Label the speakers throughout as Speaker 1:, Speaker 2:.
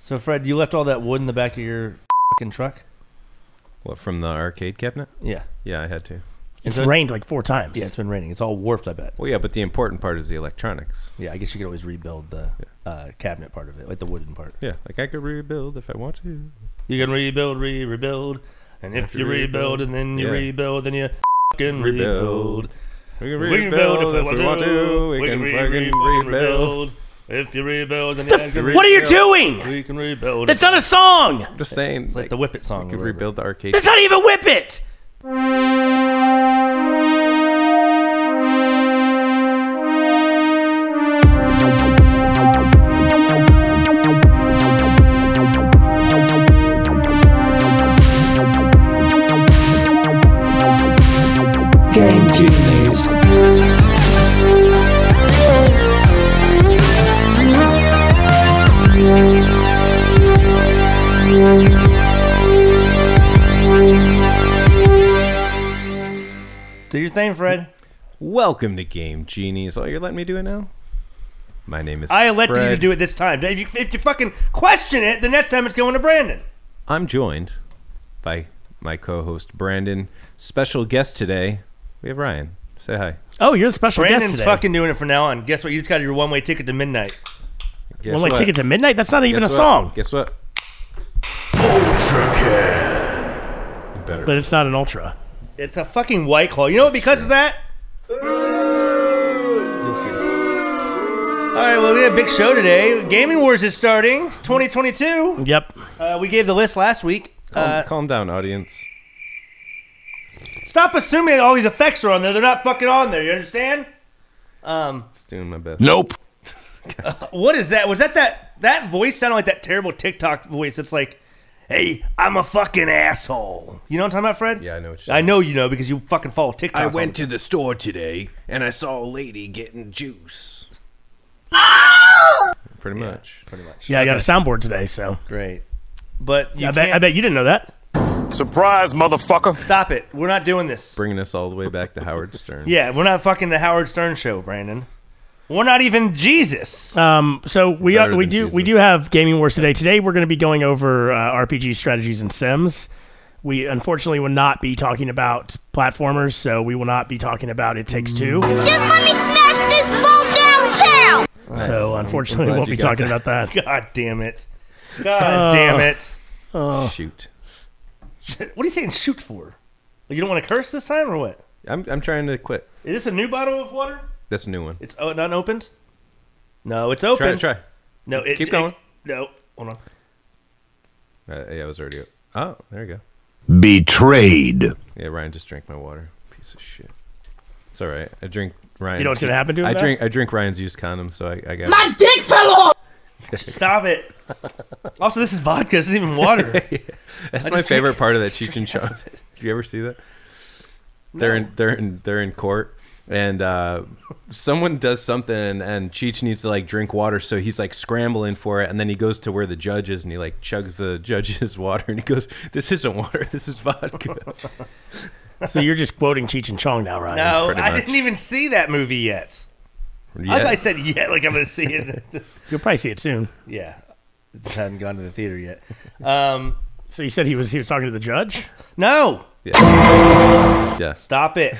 Speaker 1: So, Fred, you left all that wood in the back of your fucking truck?
Speaker 2: What from the arcade cabinet?
Speaker 1: Yeah.
Speaker 2: Yeah, I had to.
Speaker 1: And
Speaker 3: It's
Speaker 1: so-
Speaker 3: rained like four times.
Speaker 1: Yeah, it's been raining. It's all warped, I bet.
Speaker 2: Well, yeah, but the important part is the electronics.
Speaker 1: Yeah, I guess you could always rebuild the uh, cabinet part of it, like the wooden part.
Speaker 2: Yeah, like I could rebuild if I want to.
Speaker 1: You can rebuild, re rebuild. And if
Speaker 2: After
Speaker 1: you rebuild,
Speaker 2: rebuild.
Speaker 1: and then you
Speaker 2: Yeah.
Speaker 1: rebuild, then you fucking rebuild.
Speaker 2: Rebuild. We can rebuild if we want to. We can fucking rebuild.
Speaker 1: If you rebuild, then
Speaker 3: The f- what are you doing?
Speaker 1: We can rebuld.
Speaker 3: That's not a song.
Speaker 2: I'm just saying,
Speaker 1: like the Whip It song.
Speaker 2: we
Speaker 1: or
Speaker 2: could
Speaker 1: whatever.
Speaker 2: rebuild the arcade.
Speaker 3: That's not even Whip It.
Speaker 4: Game Genies.
Speaker 1: Do your thing, Fred.
Speaker 2: Welcome to Game Genies. Oh, you're letting me do it now? My name is.
Speaker 1: I elected you to
Speaker 2: Fred.
Speaker 1: do it this time. If you, if you fucking question it, the next time it's going to Brandon.
Speaker 2: I'm joined by my co-host Brandon. Special guest today, we have Ryan. Say hi.
Speaker 3: Oh, you're the special guest
Speaker 1: Brandon's
Speaker 3: today.
Speaker 1: fucking doing it from now on. Guess what? You just got your one way ticket to midnight.
Speaker 2: Guess
Speaker 3: One way
Speaker 2: what?
Speaker 3: ticket to midnight. That's not even
Speaker 2: Guess
Speaker 3: a
Speaker 2: what?
Speaker 3: song.
Speaker 2: Guess what? You better.
Speaker 3: But it's not an ultra.
Speaker 1: It's a fucking white claw. You know what? Because of that. You'll see. All right, well, we have a big show today. Gaming Wars is starting 2022.
Speaker 3: Yep.
Speaker 1: Uh, we gave the list last week.
Speaker 2: calm,
Speaker 1: Uh,
Speaker 2: calm down, audience.
Speaker 1: stop assuming that all these effects are on there. They're not fucking on there. You understand?
Speaker 2: Just doing my best.
Speaker 5: Nope.
Speaker 1: What is that? Was that that that voice sounded like that terrible TikTok voice? It's like, "Hey, I'm a fucking asshole." You know what I'm talking about, Fred?
Speaker 2: Yeah, I know what you're
Speaker 1: I
Speaker 2: saying.
Speaker 1: know you know because you fucking follow TikTok.
Speaker 5: I
Speaker 1: all
Speaker 5: went
Speaker 1: the-
Speaker 5: to the store today and I saw a lady getting juice.
Speaker 2: Pretty much.
Speaker 1: pretty much.
Speaker 3: Yeah, I got a soundboard today, so
Speaker 1: Great. But you
Speaker 3: I bet,
Speaker 1: can't
Speaker 3: I bet you didn't know that.
Speaker 6: Surprise, motherfucker.
Speaker 1: stop it. We're not doing this.
Speaker 2: Bringing us all the way back to Howard Stern.
Speaker 1: Yeah, we're not fucking the Howard Stern show, Brandon. We're not even Jesus.
Speaker 2: Uh.
Speaker 3: Um, so we
Speaker 2: Better
Speaker 3: are, we
Speaker 2: than
Speaker 3: do we
Speaker 2: Jesus.
Speaker 3: do have gaming wars today. Today we're going to be going over uh, RPG strategies and sims. We unfortunately will not be talking about platformers, so we will not be talking about It Takes Two.
Speaker 7: Just let me smash this ball downtown!
Speaker 3: So unfortunately,
Speaker 2: glad
Speaker 3: won't
Speaker 2: you
Speaker 3: be
Speaker 2: got
Speaker 3: talking
Speaker 2: that.
Speaker 3: about that.
Speaker 1: God damn it.
Speaker 2: Uh.
Speaker 1: God damn it.
Speaker 2: Shoot.
Speaker 1: What are you saying shoot for? Like, you don't want to curse this time or what?
Speaker 2: I'm, I'm trying to quit.
Speaker 1: Is this a new bottle of water?
Speaker 2: That's a new one.
Speaker 1: It's oh, not opened? No, it's open.
Speaker 2: Try it. Try.
Speaker 1: No, it,
Speaker 2: Keep
Speaker 1: it-
Speaker 2: going.
Speaker 1: no, hold on.
Speaker 2: Uh, yeah, I was already. Oh, there you go.
Speaker 6: Betrayed.
Speaker 2: Yeah, Ryan just drank my water. Piece of shit. It's all right. I drink Ryan's.
Speaker 3: what's gonna happen to him
Speaker 2: I
Speaker 3: now?
Speaker 2: drink. I drink Ryan's used condoms, so I, I got.
Speaker 1: Stop it. also, this is vodka. It's not even water.
Speaker 2: That's
Speaker 1: I
Speaker 2: my
Speaker 1: just drink-
Speaker 2: favorite part of that Cheech and Chong. Do you ever see that? They're in they're in they're in court and uh, someone does something and, and Cheech needs to like drink water, so he's like scrambling for it, and then he goes to where the judge is and he like chugs the judge's water and he goes, "This isn't water, this is vodka."
Speaker 3: So you're just quoting Cheech and Chong now, Ryan?
Speaker 1: no,
Speaker 2: Pretty
Speaker 1: I
Speaker 2: much.
Speaker 1: didn't even see that movie yet. I
Speaker 2: Yeah.
Speaker 1: thought I said yet, like I'm going to see it.
Speaker 3: You'll probably see it soon.
Speaker 1: yeah. Just hadn't gone to the theater yet. Um,
Speaker 3: So you said he was he was talking to the judge.
Speaker 1: no,
Speaker 2: Yeah.
Speaker 1: stop it.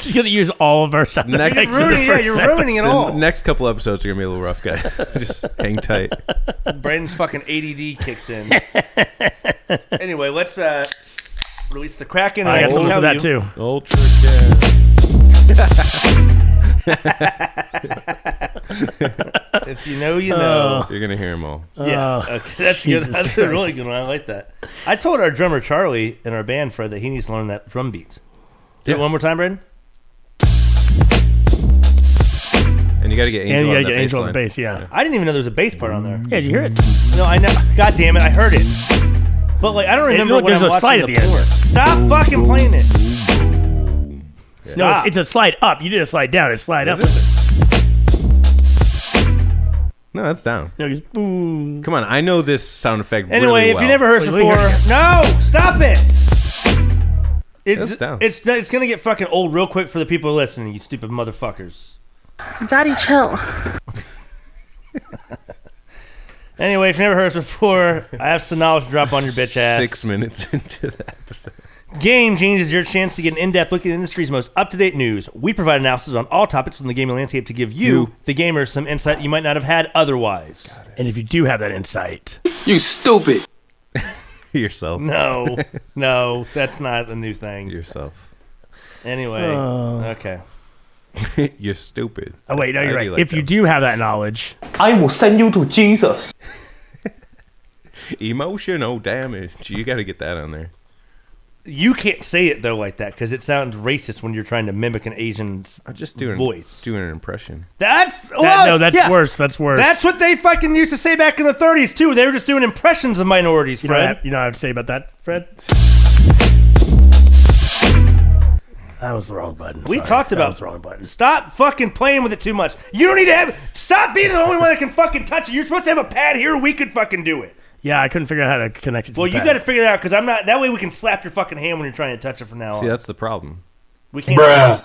Speaker 3: Just gonna use all of our sound
Speaker 2: Next-
Speaker 3: effects. in the
Speaker 1: ruining, yeah,
Speaker 3: first
Speaker 1: you're
Speaker 3: episode.
Speaker 1: ruining it
Speaker 2: The
Speaker 1: all.
Speaker 2: next couple episodes are gonna be a little rough, guys. Just hang tight.
Speaker 1: Brandon's fucking ADD kicks in. anyway, let's uh, release the Kraken.
Speaker 3: I got
Speaker 1: will
Speaker 3: something for
Speaker 1: tell
Speaker 3: that
Speaker 1: you-
Speaker 3: too.
Speaker 2: Ultra gas.
Speaker 1: If you know, you
Speaker 3: Uh,
Speaker 1: know.
Speaker 2: You're gonna hear them all.
Speaker 1: yeah,
Speaker 3: Oh,
Speaker 1: okay, that's good.
Speaker 3: Jesus
Speaker 1: That's a really
Speaker 3: Christ.
Speaker 1: good one. I like that. I told our drummer Charlie in our band Fred that he needs to learn that drum beat. Do
Speaker 2: Yeah.
Speaker 1: it one more time, Brandon.
Speaker 2: And you gotta get
Speaker 3: And
Speaker 2: Angel
Speaker 3: you gotta
Speaker 2: on
Speaker 3: get
Speaker 2: that
Speaker 3: Angel on the
Speaker 2: bass
Speaker 3: bass. Yeah.
Speaker 1: I didn't even know there was a bass part on there.
Speaker 3: Yeah, did you hear it?
Speaker 1: No, I know. God damn it, I heard it. But like, I don't remember
Speaker 3: look,
Speaker 1: what
Speaker 3: there's
Speaker 1: I'm
Speaker 3: a
Speaker 1: watching
Speaker 3: slide
Speaker 1: the
Speaker 3: at the end.
Speaker 1: floor. Stop fucking playing it.
Speaker 3: No,
Speaker 1: Stop.
Speaker 3: it's, it's a slide up. You did a slide down. It's slide up.
Speaker 2: No, that's down.
Speaker 3: No, it's boom.
Speaker 2: Come on, I know this sound effect.
Speaker 1: Anyway,
Speaker 2: really
Speaker 1: if
Speaker 2: well.
Speaker 1: you never heard
Speaker 3: Wait, wait,
Speaker 1: before, no, stop it. It's
Speaker 2: That's down.
Speaker 1: it's it's gonna get fucking old real quick for the people listening. You stupid motherfuckers.
Speaker 8: Daddy, chill.
Speaker 1: Anyway, if you never heard us before, I have some knowledge to drop on your bitch ass.
Speaker 2: Six minutes into the episode.
Speaker 1: Game Genies is your chance to get an in-depth look at the industry's most up-to-date news. We provide analysis on all topics from the gaming landscape to give you, the gamers, some insight you might not have had otherwise.
Speaker 3: And if you do have that insight, oh,
Speaker 8: You stupid.
Speaker 2: Yourself.
Speaker 1: No, no, that's not a new thing.
Speaker 2: Yourself.
Speaker 1: Anyway,
Speaker 3: Uh.
Speaker 1: okay.
Speaker 2: You're stupid.
Speaker 3: oh wait, no,
Speaker 2: I
Speaker 3: you're
Speaker 2: do
Speaker 3: right.
Speaker 2: like
Speaker 3: if you
Speaker 2: that.
Speaker 3: do have that knowledge,
Speaker 9: I will send you to Jesus.
Speaker 2: Emotional damage. You got to get that on there.
Speaker 1: You can't say it though like that because it sounds racist when you're trying to mimic an Asian.
Speaker 2: I'm just doing
Speaker 1: Voice.
Speaker 2: doing an impression.
Speaker 1: That's
Speaker 3: that,
Speaker 1: well,
Speaker 3: no, that's
Speaker 1: yeah.
Speaker 3: worse. That's worse.
Speaker 1: That's what they fucking used to say back in the 30s too. They were just doing impressions of minorities,
Speaker 3: you know, what I
Speaker 1: Fred.
Speaker 3: have- you know what I have to say about that, Fred. That was the wrong button.
Speaker 1: We
Speaker 3: Sorry.
Speaker 1: talked
Speaker 3: that
Speaker 1: about
Speaker 3: was the wrong button.
Speaker 1: Stop fucking playing with it too much. You don't need to have. Stop being the only one that can fucking touch it. You're supposed to have a pad here. We could fucking do it.
Speaker 3: Yeah, I couldn't figure out how to connect it. To
Speaker 1: Well,
Speaker 3: the
Speaker 1: you
Speaker 3: pad.
Speaker 1: got to figure that out because I'm not. That way we can slap your fucking hand when you're trying to touch it from now on.
Speaker 2: See, that's the problem.
Speaker 1: we can't.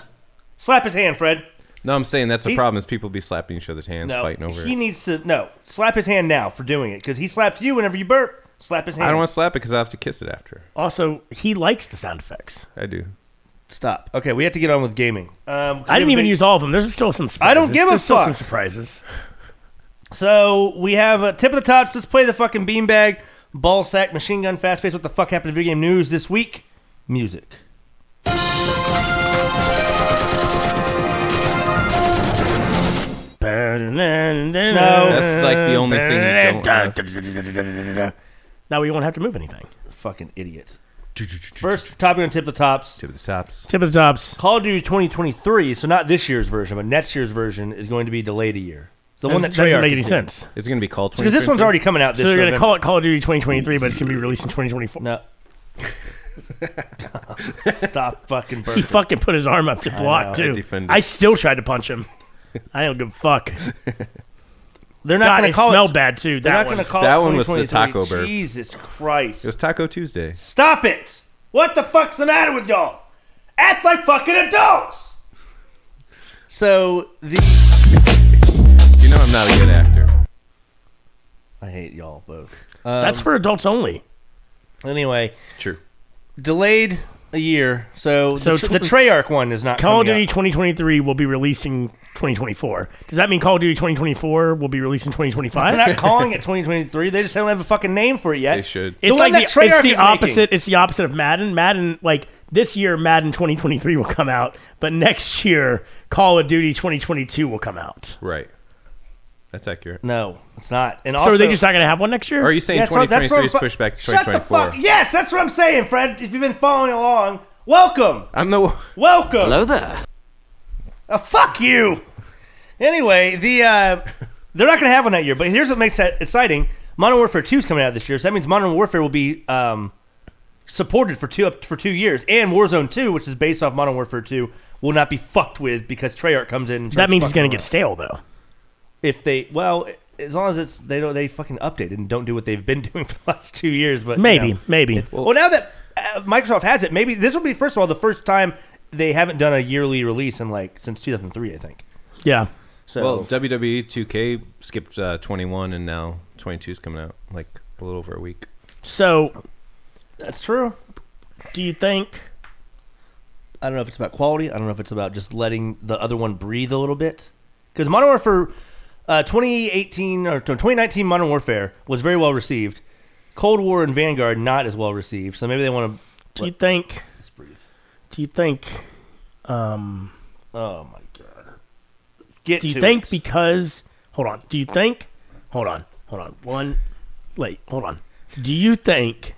Speaker 1: Slap his hand, Fred.
Speaker 2: No, I'm saying that's the
Speaker 1: He-
Speaker 2: problem is people be slapping each other's hands,
Speaker 1: No,
Speaker 2: fighting over
Speaker 1: he
Speaker 2: it.
Speaker 1: needs to no slap his hand now for doing it because he slapped you whenever you burp. Slap his hand.
Speaker 2: I don't want to slap it because I have to kiss it after.
Speaker 3: Also, he likes the sound effects.
Speaker 2: I do.
Speaker 1: stop. Okay, we have to get on with gaming. Um,
Speaker 3: I didn't even use all of them. There's still some. Surprises.
Speaker 1: I don't give a
Speaker 3: There's still some
Speaker 1: fuck.
Speaker 3: surprises.
Speaker 1: So we have a tip of the tops. Let's play the fucking beanbag, ball sack, machine gun, fast pace. What the fuck happened to video game news this week? Music.
Speaker 3: No.
Speaker 2: That's like the only thing you don't have.
Speaker 3: Now we won't have to move anything.
Speaker 1: Fucking idiot. First topic on tip of the tops.
Speaker 2: Tip of the tops.
Speaker 3: Tip of the tops.
Speaker 1: Call of Duty 2023. So not this year's version, but next year's version is going to be delayed a year. It's the one that
Speaker 3: That doesn't
Speaker 1: Treyarch
Speaker 3: make any
Speaker 1: is doing.
Speaker 3: sense.
Speaker 2: Is it going to be called?
Speaker 1: Because this one's already coming out this
Speaker 3: So they're
Speaker 1: year.
Speaker 3: going to call it Call of Duty 2023, but it's going to be released in 2024.
Speaker 1: No. Stop fucking
Speaker 3: He
Speaker 1: burping.
Speaker 3: fucking put his arm up to block
Speaker 2: I
Speaker 3: too.
Speaker 2: defended.
Speaker 3: I still tried to punch him. I don't give a fuck.
Speaker 1: They're not
Speaker 3: God,
Speaker 1: going to
Speaker 3: it
Speaker 1: call
Speaker 3: smelled
Speaker 1: it.
Speaker 3: bad too.
Speaker 1: They're
Speaker 3: That
Speaker 1: not
Speaker 3: one.
Speaker 1: going to call
Speaker 2: That
Speaker 1: it
Speaker 2: one was the
Speaker 1: 2023.
Speaker 2: taco burp.
Speaker 1: Jesus
Speaker 2: It
Speaker 1: Christ!
Speaker 2: was Taco Tuesday.
Speaker 1: Stop it! What the fuck's the matter with y'all? Act like fucking adults. So the
Speaker 2: You know I'm not a good actor.
Speaker 1: I hate y'all both. um,
Speaker 3: That's for adults only.
Speaker 1: Anyway,
Speaker 2: True.
Speaker 1: delayed a year. So,
Speaker 3: So
Speaker 1: the, tr-
Speaker 3: tw-
Speaker 1: the Treyarch one is not
Speaker 3: Call of
Speaker 1: coming
Speaker 3: Duty
Speaker 1: out.
Speaker 3: 2023 will be released in 2024. Does that mean Call of Duty 2024 will be released in 2025?
Speaker 1: They're not calling it 2023. They just don't have a fucking name for it yet.
Speaker 2: They should.
Speaker 3: It's
Speaker 1: The
Speaker 3: like
Speaker 1: one
Speaker 3: the,
Speaker 1: that Treyarch
Speaker 3: it's the
Speaker 1: is making.
Speaker 3: opposite. It's the opposite of Madden. Madden, like this year, Madden 2023 will come out, but next year, Call of Duty 2022 will come out.
Speaker 2: Right. That's accurate.
Speaker 1: No, it's not. And
Speaker 3: so
Speaker 1: also,
Speaker 3: are they just not going to have one next year?
Speaker 2: Or are you saying
Speaker 1: That's what- that's
Speaker 2: 2023 is
Speaker 1: what-
Speaker 2: pushed back to
Speaker 1: Shut the
Speaker 2: 2024?
Speaker 1: fuck. Yes, that's what I'm saying, Fred. If you've been following along, welcome,
Speaker 2: I'm the one.
Speaker 1: welcome.
Speaker 8: Hello there.
Speaker 1: Uh, fuck you. Anyway, the uh, they're not going to have one that year. But here's what makes that exciting: Modern Warfare Two is coming out this year, so that means Modern Warfare will be um, supported for two up for two years, and Warzone Two, which is based off Modern Warfare Two, will not be fucked with because Treyarch comes in. And
Speaker 3: that
Speaker 1: starts
Speaker 3: means it's
Speaker 1: fucking
Speaker 3: going to get
Speaker 1: around.
Speaker 3: stale though.
Speaker 1: if they well. As long as it's they don't they fucking update and don't do what they've been doing for the last two years, but you
Speaker 3: Maybe,
Speaker 1: know.
Speaker 3: maybe.
Speaker 1: Well, now that uh, Microsoft has it, maybe this will be first of all the first time they haven't done a yearly release in like since 2003, I think.
Speaker 3: yeah.
Speaker 1: So
Speaker 2: Well, WWE 2K skipped uh, 21 and now 22 is coming out like a little over a week.
Speaker 3: So,
Speaker 1: that's true.
Speaker 3: do you think?
Speaker 1: I don't know if it's about quality. I don't know if it's about just letting the other one breathe a little bit. Because Modern Warfare uh, 2018 or 2019 Modern Warfare was very well received. Cold War and Vanguard not as well received. So maybe they want
Speaker 3: Do you think?
Speaker 1: to just breathe.
Speaker 3: Do you think? Um,
Speaker 1: Oh my god. Get
Speaker 3: do you
Speaker 1: to
Speaker 3: think
Speaker 1: it.
Speaker 3: because? Hold on. Do you think? Hold on. Hold on. One. Wait. Hold on. Do you think?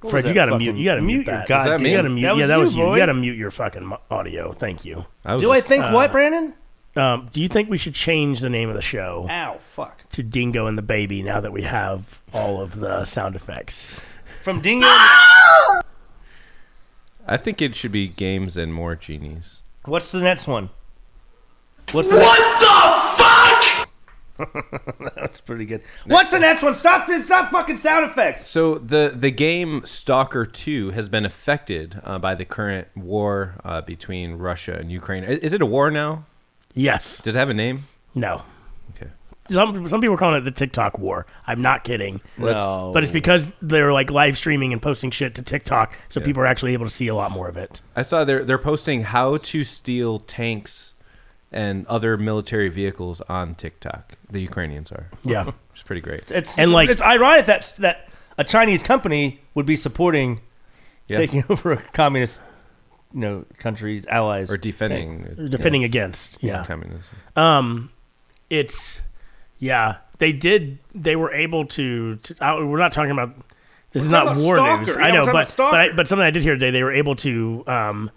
Speaker 1: What was
Speaker 3: Fred, you
Speaker 1: that
Speaker 3: gotta
Speaker 1: fucking-
Speaker 3: mute. You gotta mute,
Speaker 1: your
Speaker 3: that.
Speaker 1: goddamn.
Speaker 2: that
Speaker 3: you
Speaker 2: mean?
Speaker 3: gotta mute.
Speaker 1: That
Speaker 3: yeah,
Speaker 1: was
Speaker 3: that
Speaker 1: you,
Speaker 3: was you.
Speaker 1: boy.
Speaker 3: You gotta mute your fucking mu- audio. Thank you.
Speaker 2: I was
Speaker 1: Do I
Speaker 2: just-
Speaker 3: uh,
Speaker 1: think what, Brandon?
Speaker 3: Um, do you think we should change the name of the show
Speaker 1: Ow, fuck.
Speaker 3: to Dingo and the Baby now that we have all of the sound effects?
Speaker 1: From Dingo.
Speaker 2: I think it should be games and more genies.
Speaker 1: What's the next one? What's the what the fuck? That's pretty good. What's the next one? Stop this! Stop fucking sound effects.
Speaker 2: So the the game Stalker Two has been affected uh, by the current war uh, between Russia and Ukraine. Is, is it a war now?
Speaker 3: Yes.
Speaker 2: Does it have a name?
Speaker 3: No.
Speaker 2: Okay.
Speaker 3: some some people are calling it the TikTok war. I'm not kidding.
Speaker 2: No.
Speaker 3: But it's because they're like live streaming and posting shit to TikTok, so people are actually able to see a lot more of it.
Speaker 2: I saw they're they're posting how to steal tanks and other military vehicles on TikTok. The Ukrainians are.
Speaker 3: Yeah.
Speaker 2: It's pretty great.
Speaker 1: It's
Speaker 3: And, like-
Speaker 1: it's ironic that that a Chinese company would be supporting
Speaker 2: Yeah.
Speaker 1: taking over a communist, you know, country's allies
Speaker 2: or defending
Speaker 3: Defending
Speaker 2: yes,
Speaker 3: against. Yeah.
Speaker 2: communism.
Speaker 3: it's yeah they did they were able to, to I, we're not talking about this is
Speaker 1: talking
Speaker 3: not
Speaker 1: about
Speaker 3: war
Speaker 1: Stalker.
Speaker 3: news
Speaker 1: Yeah,
Speaker 3: i
Speaker 1: we're
Speaker 3: know
Speaker 1: talking about
Speaker 3: but but, I,
Speaker 1: Stalker.
Speaker 3: but something i did hear today they were able to um,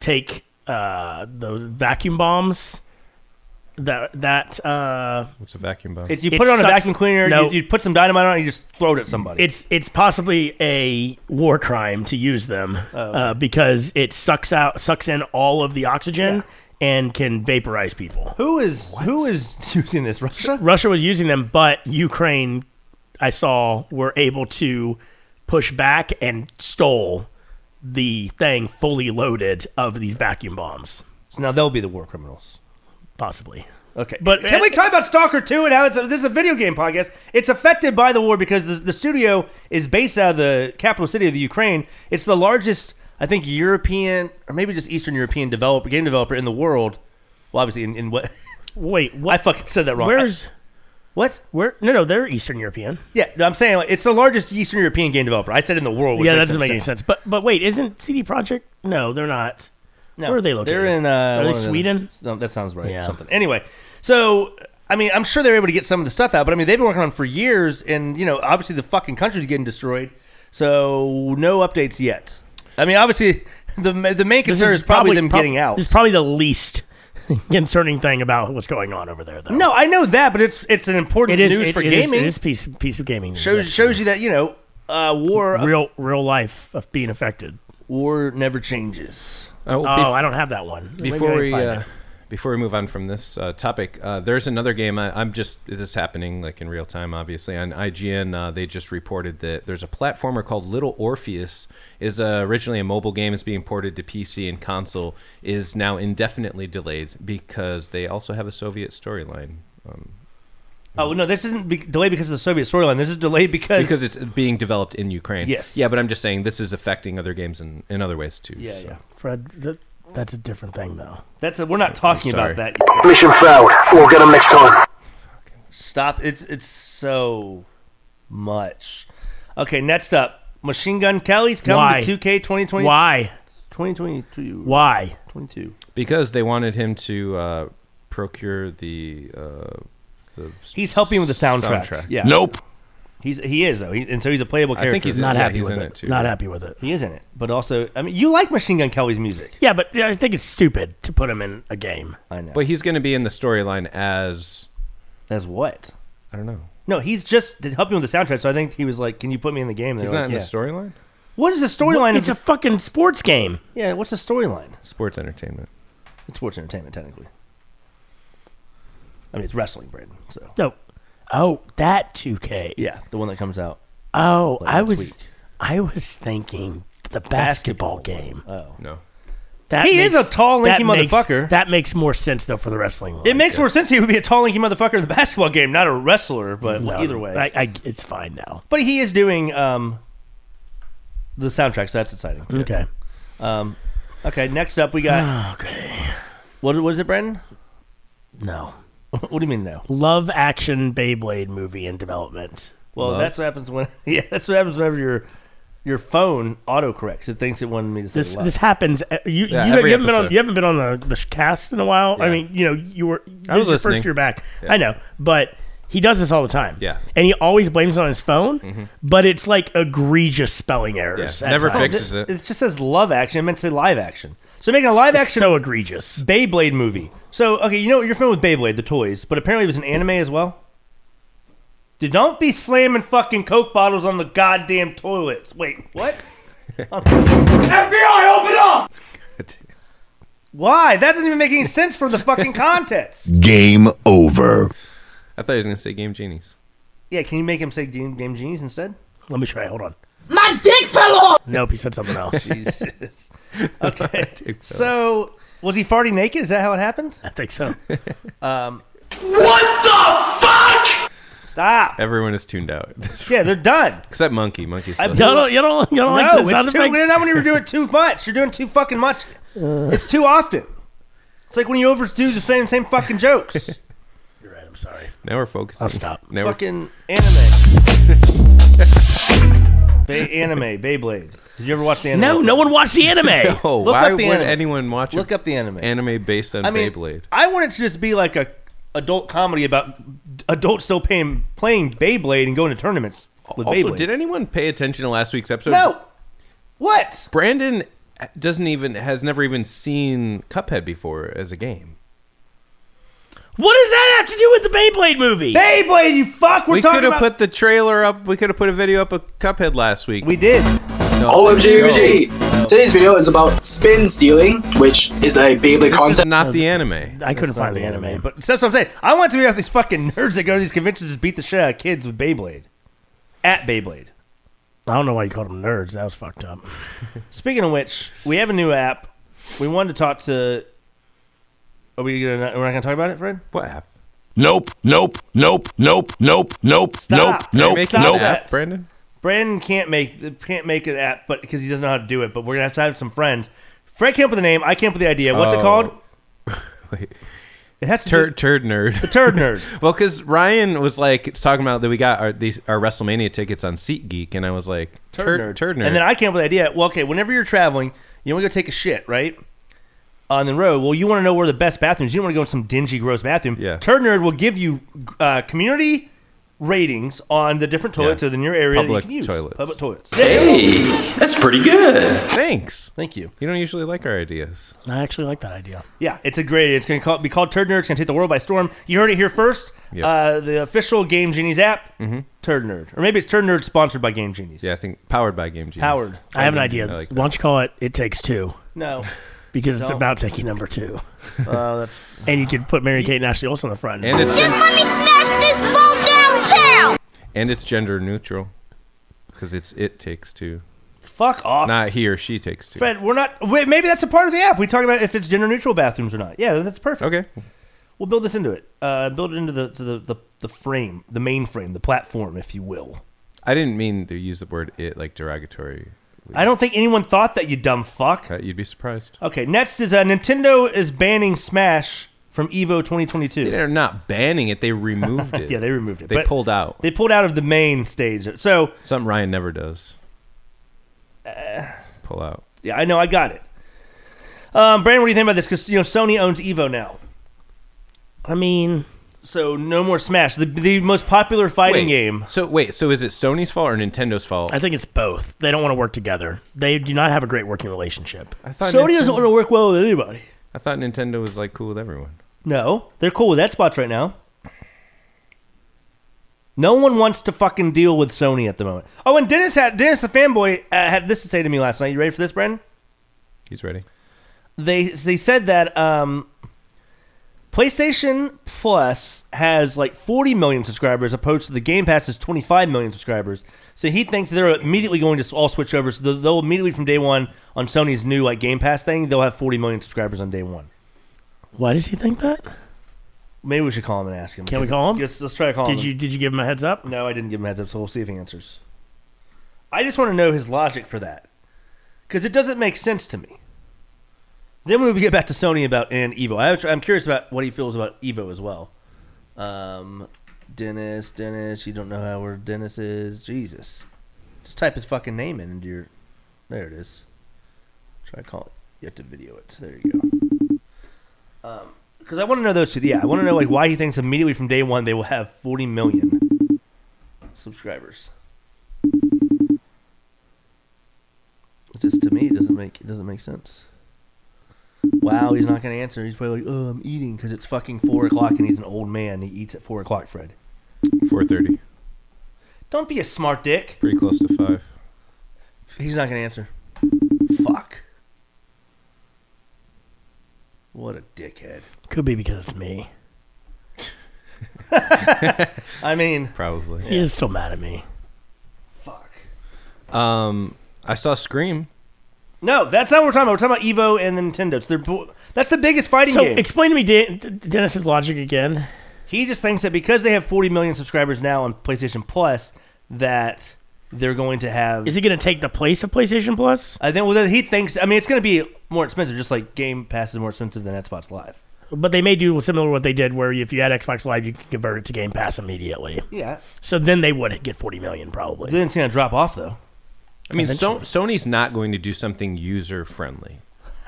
Speaker 3: take uh, those vacuum bombs that that uh,
Speaker 2: What's a vacuum bomb?
Speaker 1: It's, you
Speaker 3: It
Speaker 1: put it on a
Speaker 3: sucks.
Speaker 1: vacuum cleaner,
Speaker 3: No.
Speaker 1: you, you put some dynamite on it, and you just throw it at somebody.
Speaker 3: it's it's possibly a war crime to use them
Speaker 1: Oh,
Speaker 3: uh, because it sucks out sucks in all of the oxygen and can vaporize people
Speaker 1: who is who is using this? Russia?
Speaker 3: Russia was using them, but Ukraine, I saw, were able to push back and stole the thing fully loaded of these vacuum bombs,
Speaker 1: Now they'll be the war criminals. uh,
Speaker 3: possibly.
Speaker 1: Okay,
Speaker 3: But-
Speaker 1: can we talk about Stalker Two and how it's a, this is a video game podcast? It's affected by the war because the, the studio is based out of the capital city of the Ukraine. It's the largest, I think, European or maybe just Eastern European developer game developer in the world. Well, obviously, in, in what
Speaker 3: Wait, what?
Speaker 1: I fucking said that wrong.
Speaker 3: Where's
Speaker 1: what?
Speaker 3: where? No, no, they're Eastern European.
Speaker 1: Yeah, no, I'm saying like, it's the largest Eastern European game developer. I said in the world. which
Speaker 3: yeah, that
Speaker 1: makes
Speaker 3: doesn't make any sense. But but wait, isn't CD Projekt? No, they're not.
Speaker 1: No,
Speaker 3: Where are they located?
Speaker 1: They're in. Uh,
Speaker 3: Are they
Speaker 1: one of the-
Speaker 3: Sweden?
Speaker 1: no, that sounds right.
Speaker 3: Yeah.
Speaker 1: Something. Anyway, so I mean, I'm sure they're able to get some of the stuff out, but I mean, they've been working on it for years, and you know, obviously the fucking country's getting destroyed, so no updates yet. I mean, obviously the ma- the main concern is, probably, them
Speaker 3: prob-
Speaker 1: getting out.
Speaker 3: This is probably the least concerning thing about what's going on over there, though.
Speaker 1: no, I know that, but it's it's an important
Speaker 3: it is
Speaker 1: news
Speaker 3: it-
Speaker 1: for
Speaker 3: it is-
Speaker 1: gaming.
Speaker 3: it is a piece piece of gaming. news,
Speaker 1: shows
Speaker 3: actually.
Speaker 1: shows you that you know, uh, war
Speaker 3: real real life of being affected.
Speaker 1: war never changes.
Speaker 2: oh,
Speaker 3: Oh,
Speaker 2: bef-
Speaker 3: I don't have that one. Maybe I
Speaker 2: before
Speaker 3: can
Speaker 2: we
Speaker 3: find
Speaker 2: uh,
Speaker 3: it.
Speaker 2: before we move on from this uh, topic, uh, there's another game. I, I'm just this is happening like in real time, obviously on IGN. Uh, they just reported that there's a platformer called Little Orpheus. is uh, originally a mobile game. is being ported to PC and console. Is now indefinitely delayed because they also have a Soviet storyline. Um,
Speaker 1: Oh no, this isn't be- delayed because of the Soviet storyline. This is delayed because,
Speaker 2: because it's being developed in Ukraine.
Speaker 1: Yes.
Speaker 2: Yeah, but I'm just saying this is affecting other games in, in other ways too.
Speaker 1: yeah,
Speaker 2: so.
Speaker 1: yeah.
Speaker 3: Fred, that, that's a different thing, though.
Speaker 1: That's a, we're not talking
Speaker 2: sorry.
Speaker 1: about that. you said.
Speaker 8: Mission failed. We'll get him next time.
Speaker 1: Stop. It's it's so much. Okay, next up, Machine Gun Kelly's
Speaker 3: Why?
Speaker 1: coming to 2K 2020,
Speaker 3: Why?
Speaker 1: 2022.
Speaker 3: Why?
Speaker 1: 22.
Speaker 2: Because they wanted him to uh, procure the. Uh, the
Speaker 1: He's helping with the soundtrack. Yeah.
Speaker 6: Nope.
Speaker 1: He's he is though. He, and so he's a playable
Speaker 2: I
Speaker 1: character.
Speaker 2: think he's
Speaker 3: Not
Speaker 2: yeah,
Speaker 3: happy
Speaker 2: he's
Speaker 3: with
Speaker 2: in
Speaker 3: it.
Speaker 2: it too.
Speaker 3: Not happy with it.
Speaker 1: he is in it. But also, I mean, you like Machine Gun Kelly's music.
Speaker 3: Yeah, but yeah, I think it's stupid to put him in a game.
Speaker 1: I know.
Speaker 2: But he's going to be in the storyline as
Speaker 1: That's what.
Speaker 2: I don't know.
Speaker 1: No, he's just helping with the soundtrack. So I think he was like, "Can you put me in the game?" And
Speaker 2: He's
Speaker 1: they're
Speaker 2: not in
Speaker 1: like,
Speaker 2: the storyline.
Speaker 1: yeah. What is the storyline?
Speaker 3: It's a
Speaker 1: of-
Speaker 3: fucking sports game.
Speaker 1: yeah. What's the storyline?
Speaker 2: Sports entertainment.
Speaker 1: It's sports entertainment technically. I mean, it's wrestling, Brandon. So
Speaker 3: No. Oh, that 2K.
Speaker 1: yeah, the one that comes out
Speaker 3: Oh,
Speaker 1: Like
Speaker 3: I
Speaker 1: next
Speaker 3: was
Speaker 1: week.
Speaker 3: I was thinking the basketball, game.
Speaker 1: Oh.
Speaker 2: No.
Speaker 3: That
Speaker 1: He is a tall,
Speaker 3: that
Speaker 1: lanky
Speaker 3: makes-
Speaker 1: motherfucker.
Speaker 3: That makes more sense though for the wrestling. one.
Speaker 1: It makes more sense he would be a tall, lanky motherfucker in the basketball game, not a wrestler. But
Speaker 3: No,
Speaker 1: either way,
Speaker 3: I, I, it's fine now.
Speaker 1: but he is doing um, the soundtrack, so that's exciting.
Speaker 3: Okay.
Speaker 1: Um, okay, next up we got
Speaker 3: Okay.
Speaker 1: what? What is it, Brandon?
Speaker 3: No.
Speaker 1: what do you mean no?
Speaker 3: love action Beyblade movie in development.
Speaker 1: Well,
Speaker 2: Love?
Speaker 1: that's what happens when yeah, that's what happens whenever your your phone autocorrects. It thinks it wanted me to say
Speaker 3: This
Speaker 1: love.
Speaker 3: this happens. uh, You
Speaker 2: Yeah,
Speaker 3: you,
Speaker 2: every
Speaker 3: you haven't been on
Speaker 2: episode.
Speaker 3: you haven't been on the, the cast in a while. I
Speaker 2: Yeah.
Speaker 3: mean, you know, you were this
Speaker 2: I was
Speaker 3: is your
Speaker 2: listening.
Speaker 3: first year back. I know, but he does this all the time.
Speaker 2: Yeah. Mm-hmm.
Speaker 3: and he always blames it on his phone, but it's like egregious spelling errors.
Speaker 2: Yeah,
Speaker 3: at
Speaker 2: never
Speaker 3: times.
Speaker 1: This-
Speaker 2: fixed. fixes it.
Speaker 1: It just says love action. It meant to say live action. So making a live
Speaker 3: It's
Speaker 1: action
Speaker 3: so egregious.
Speaker 1: Beyblade movie. So okay, you know you're familiar with Beyblade, the toys, but apparently it was an anime as well. Dude, don't be slamming fucking Coke bottles on the goddamn toilets. Wait, what? Why? That doesn't even make any sense for the fucking context.
Speaker 6: Game over.
Speaker 2: I thought he was going to say Game Genies.
Speaker 1: Yeah, can you make him say Game, game Genies instead?
Speaker 3: Let me try. Hold on.
Speaker 7: My dick fell off!
Speaker 3: Nope, he said something else.
Speaker 1: Jesus. Okay.
Speaker 2: Dude, so-
Speaker 1: So was he farting naked? Is that how it happened?
Speaker 3: I think so.
Speaker 8: What the fuck?
Speaker 1: Stop.
Speaker 2: Everyone is tuned out.
Speaker 1: Yeah, they're done.
Speaker 2: Except Monkey. Monkey still.
Speaker 3: Y'all don't, y'all don't, y'all don't like
Speaker 1: no,
Speaker 3: the sound
Speaker 1: it's too.
Speaker 3: effects?
Speaker 1: Not when you're doing too much. You're doing too fucking much. It's too often. It's like when you overdo the same same fucking jokes.
Speaker 3: You're right, I'm sorry.
Speaker 2: Now we're focusing.
Speaker 3: I'll Oh, stop.
Speaker 2: Now we're,
Speaker 1: fucking anime. Bay anime, Beyblade. Did you ever watch the anime?
Speaker 3: No, no one watched the anime.
Speaker 2: oh,
Speaker 1: Look
Speaker 2: why
Speaker 1: up the
Speaker 2: would
Speaker 1: anime.
Speaker 2: anyone watch
Speaker 1: Look up the anime.
Speaker 2: anime based on
Speaker 1: I mean,
Speaker 2: Beyblade?
Speaker 1: I want it to just be like a adult comedy about adults still paying, playing Beyblade and going to tournaments with
Speaker 2: Also,
Speaker 1: Beyblade.
Speaker 2: did anyone pay attention to last week's episode?
Speaker 1: no. What?
Speaker 2: Brandon uh, doesn't even has never even seen Cuphead before as a game.
Speaker 3: What does that have to do with the Beyblade movie?
Speaker 1: Beyblade, you fuck. We're
Speaker 2: we could
Speaker 1: talking
Speaker 2: have
Speaker 1: about.
Speaker 2: put the trailer up. We could have put a video up of Cuphead last week.
Speaker 1: we did.
Speaker 10: OMG, OMG! Today's video is about spin stealing, which is a Beyblade
Speaker 2: This is
Speaker 10: concept.
Speaker 2: not the anime.
Speaker 3: I couldn't find the anime.
Speaker 1: But that's what I'm saying. I want to be like these fucking nerds that go to these conventions and beat the shit out of kids with Beyblade. At Beyblade.
Speaker 3: I don't know why you called them nerds. That was fucked up.
Speaker 1: Speaking of which, we have a new app. We wanted to talk to. Are we gonna? We're not gonna talk about it, Fred.
Speaker 2: What app?
Speaker 6: Nope, nope, nope, nope, nope, nope, nope,
Speaker 1: Stop.
Speaker 6: nope,
Speaker 2: Making
Speaker 1: Stop
Speaker 2: an
Speaker 6: nope.
Speaker 1: that.
Speaker 2: app, Brandon.
Speaker 1: Brandon can't make can't make an app, but because he doesn't know how to do it. But we're gonna have to have some friends. Fred came up with the name. I came up with the idea. What's it
Speaker 2: Oh.
Speaker 1: called?
Speaker 2: Wait.
Speaker 1: It has to
Speaker 2: Turd,
Speaker 1: turd
Speaker 2: turd nerd.
Speaker 1: turd nerd.
Speaker 2: well, because Ryan was like it's talking about that we got our these our WrestleMania tickets on SeatGeek, and I was like turd, turd nerd.
Speaker 1: And then I came up with the idea. Well, okay, whenever you're traveling, you want to go take a shit, right? On the road, well, you want to know where the best bathrooms. You don't want to go in some dingy, gross bathroom.
Speaker 2: Yeah.
Speaker 1: Turd nerd will give you uh, community ratings on the different toilets
Speaker 2: Yeah.
Speaker 1: within your area
Speaker 2: Public
Speaker 1: that you can use.
Speaker 2: toilets.
Speaker 1: Public toilets.
Speaker 2: Thanks.
Speaker 1: Thank you.
Speaker 2: You don't usually like our ideas.
Speaker 3: I actually like that idea.
Speaker 1: Yeah, it's a great. It's going to call, be called Turd Nerd. It's going to take the world by storm. You heard it here first.
Speaker 2: Yep. Mm-hmm.
Speaker 1: Uh, the official Game Genies app, Turd Nerd, or maybe it's Turd Nerd sponsored by Game Genies.
Speaker 2: Yeah, I think powered by Game Genius.
Speaker 1: Powered.
Speaker 3: I have an idea.
Speaker 2: I like that.
Speaker 3: Why don't you call it It Takes Two?
Speaker 1: No,
Speaker 3: Because it's
Speaker 1: Don't.
Speaker 3: about taking number two.
Speaker 1: uh, that's
Speaker 3: And you could put Mary Kate and Ashley Olsen on the front.
Speaker 2: And it's
Speaker 7: Just let me smash this ball downtown!
Speaker 2: and it's gender neutral because it's it takes two,
Speaker 1: fuck off,
Speaker 2: not he or she takes two.
Speaker 1: Fred. We're not. Wait, maybe that's a part of the app. We talk about if it's gender neutral bathrooms or not. Yeah, that's perfect.
Speaker 2: Okay.
Speaker 1: We'll build this into it. Uh, build it into the to the, the the frame, the main frame, the platform, if you will.
Speaker 2: I didn't mean to use the word it like derogatory.
Speaker 1: I don't think anyone thought that you dumb fuck.
Speaker 2: Uh, You'd be surprised.
Speaker 1: Okay, next is uh, Nintendo is banning Smash from Evo 2022.
Speaker 2: They're not banning it; they removed it.
Speaker 1: Yeah, they removed it.
Speaker 2: They
Speaker 1: but
Speaker 2: pulled out.
Speaker 1: They pulled out of the main stage. So
Speaker 2: Something Ryan never does. Pull out.
Speaker 1: yeah, I know I got it. Um, Brandon, what do you think about this? Because you know Sony owns Evo now,
Speaker 3: I mean,
Speaker 1: so no more Smash, the, the most popular fighting game.
Speaker 2: So wait. So is it Sony's fault or Nintendo's fault?
Speaker 3: I think it's both. They don't want to work together. They do not have a great working relationship.
Speaker 2: I thought
Speaker 1: Sony
Speaker 2: Nintendo,
Speaker 1: doesn't want to work well with anybody.
Speaker 2: I thought Nintendo was like cool with everyone.
Speaker 1: No, they're cool with that spots right now. No one wants to fucking deal with Sony at the moment. Oh, and Dennis had Dennis the fanboy uh, had this to say to me last night. You ready for this, Brandon?
Speaker 2: He's ready.
Speaker 1: they they said that um, PlayStation Plus has like 40 million subscribers, opposed to the Game Pass's 25 million subscribers. So he thinks they're immediately going to all switch over. So they'll immediately from day one on Sony's new like Game Pass thing, they'll have 40 million subscribers on day one.
Speaker 3: Why does he think that?
Speaker 1: Maybe we should call him and ask him.
Speaker 3: Can we call him?
Speaker 1: Let's, let's try
Speaker 2: Um,
Speaker 1: to call him.
Speaker 3: Did you did you give him a heads up?
Speaker 1: No, I didn't give him a heads up, so we'll see if he answers. I just want to know his logic for that. Because it doesn't make sense to me. Then when we get back to Sony about and Evo, I- I'm curious about what he feels about Evo as well. Um, Dennis, Dennis, you don't know how where Dennis is. Jesus. Just type his fucking name in into your. There it is. Try to call it. You have to video it. There you go. Because I want to know those two. Yeah, I want to know like why he thinks immediately from day one they will have 40 million subscribers. It just to me it doesn't make it doesn't make sense. Wow, he's not going to answer. He's probably like, "Oh, I'm eating because it's fucking four o'clock and he's an old man. He eats at four o'clock." Fred,
Speaker 2: Four thirty.
Speaker 1: don't be a smart dick.
Speaker 2: Pretty close to five.
Speaker 1: He's not going to answer. Fuck. What a dickhead.
Speaker 3: Could be because it's me.
Speaker 1: I mean,
Speaker 2: Probably.
Speaker 3: He is still mad at me.
Speaker 1: fuck.
Speaker 2: Um, I saw Scream.
Speaker 1: No, that's not what we're talking about. We're talking about Evo and Nintendo. It's their, that's the biggest fighting
Speaker 3: So
Speaker 1: game.
Speaker 3: explain to me Dan- Dennis's logic again.
Speaker 1: He just thinks that because they have 40 million subscribers now on PlayStation Plus, that they're going to have.
Speaker 3: Is he going to take the place of PlayStation Plus?
Speaker 1: I think well, then he thinks. I mean, it's going to be more expensive, just like Game Pass is more expensive than Xbox Live.
Speaker 3: But they may do similar to what they did, where if you had Xbox Live, you could convert it to Game Pass immediately.
Speaker 1: Yeah.
Speaker 3: So then they would get 40 million probably.
Speaker 1: Then it's going to drop off though.
Speaker 2: I mean, so, Sony's not going to do something user friendly.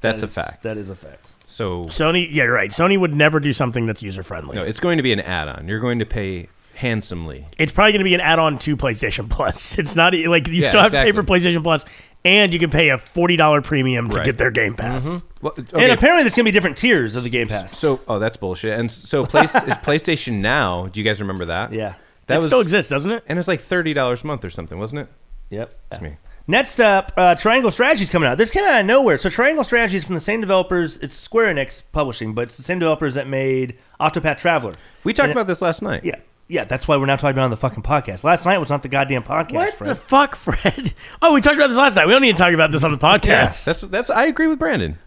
Speaker 2: That's a
Speaker 1: That is-
Speaker 2: fact.
Speaker 1: That is a fact.
Speaker 2: so
Speaker 3: Sony, yeah, you're right. Sony would never do something that's user friendly.
Speaker 2: no, it's going to be an add-on. You're going to pay handsomely.
Speaker 3: It's probably going to be an add-on to PlayStation Plus. It's not e- like you
Speaker 2: Yeah,
Speaker 3: still have to pay for
Speaker 2: exactly.
Speaker 3: PlayStation Plus, and you can pay a forty dollar premium to
Speaker 2: Right. Mm-hmm.
Speaker 3: get their Game Pass.
Speaker 2: Well, okay,
Speaker 1: And apparently, there's going to be different tiers of the Game Pass.
Speaker 2: so oh, that's bullshit. And so place, is PlayStation Now. Do you guys remember that?
Speaker 1: Yeah.
Speaker 2: that
Speaker 3: It
Speaker 2: was
Speaker 3: still exists, doesn't it?
Speaker 2: and it's like thirty dollars a month or something, wasn't it?
Speaker 1: Yep.
Speaker 2: That's me.
Speaker 1: Next up, uh, Triangle Strategies coming out. This came out of nowhere. So Triangle Strategies from the same developers. It's Square Enix publishing, but it's the same developers that made Octopath Traveler.
Speaker 2: We talked about this last night.
Speaker 1: Yeah, yeah. That's why we're now talking about it on the fucking podcast. Last night was not the goddamn podcast,
Speaker 3: What
Speaker 1: friend.
Speaker 3: the fuck, Fred? Oh, we talked about this last night. We don't need to talk about this on the podcast.
Speaker 2: Yeah, that's that's. I agree with Brandon.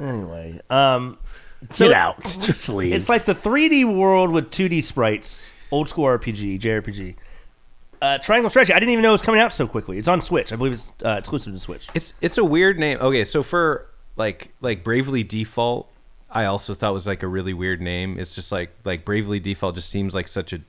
Speaker 1: anyway, um,
Speaker 3: get
Speaker 1: so-
Speaker 3: out. Just leave.
Speaker 1: It's like the 3D world with 2D sprites, old school RPG, JRPG. Uh, Triangle Strategy. I didn't even know it was coming out so quickly. It's on Switch. I believe it's uh, exclusive to Switch.
Speaker 2: It's it's a weird name. Okay, so for like like Bravely Default, I also thought was like a really weird name. It's just like like Bravely Default just seems like such a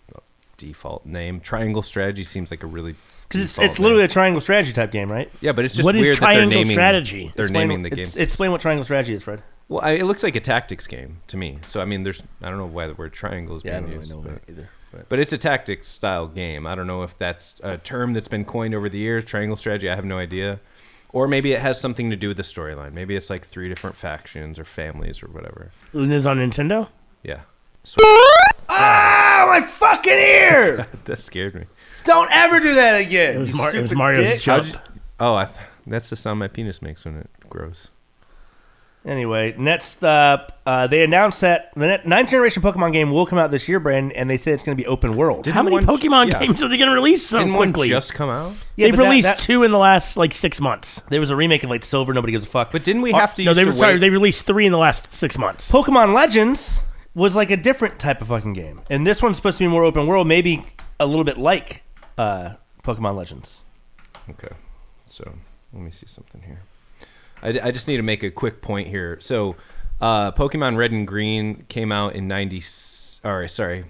Speaker 2: default name. Triangle Strategy seems like a really
Speaker 1: Because it's,
Speaker 2: default
Speaker 1: it's literally
Speaker 2: name.
Speaker 1: a triangle strategy type game, right?
Speaker 2: yeah, but it's just
Speaker 3: What is
Speaker 2: weird that they're
Speaker 3: Triangle
Speaker 2: naming
Speaker 3: Strategy?
Speaker 2: They're
Speaker 1: Explain-
Speaker 2: naming the game.
Speaker 1: it's- Explain what triangle strategy is, Fred.
Speaker 2: well, I, it looks like a tactics game to me. So I mean, there's I don't know why the word triangle is being used. but-
Speaker 1: either.
Speaker 2: But it's a tactics style game. I don't know if that's a term that's been coined over the years, triangle strategy. I have no idea. Or maybe it has something to do with the storyline. Maybe it's like three different factions or families or whatever.
Speaker 3: And this is on Nintendo.
Speaker 2: Yeah. Ah,
Speaker 1: Oh, my fucking ear!
Speaker 2: That scared me.
Speaker 1: Don't ever do that again.
Speaker 3: It was,
Speaker 1: you
Speaker 3: Mar- it was
Speaker 1: stupid
Speaker 3: Mario's
Speaker 1: dick.
Speaker 3: jump.
Speaker 2: Oh, I th- that's the sound my penis makes when it grows.
Speaker 1: Anyway, next up, uh, they announced that the ne- ninth generation Pokemon game will come out this year, Brandon, and they said it's going to be open world.
Speaker 3: How many
Speaker 2: one-
Speaker 3: Pokemon
Speaker 2: yeah.
Speaker 3: games are they going to release so
Speaker 2: Didn't one
Speaker 3: quickly?
Speaker 2: just come out?
Speaker 1: Yeah,
Speaker 3: They've
Speaker 1: but that-
Speaker 3: released
Speaker 1: that-
Speaker 3: two in the last like six months.
Speaker 1: There was a remake of like Silver. Nobody gives a fuck.
Speaker 2: But didn't we have to
Speaker 3: Uh, No,
Speaker 2: use
Speaker 3: they
Speaker 2: to
Speaker 3: were sorry.
Speaker 2: wait-
Speaker 3: They released three in the last six months.
Speaker 1: Pokemon Legends was like a different type of fucking game, and this one's supposed to be more open world, maybe a little bit like uh, Pokemon Legends.
Speaker 2: Okay. So let me see something here. I, I just need to make a quick point here. So uh, Pokemon Red and Green came out in 90. Or, sorry.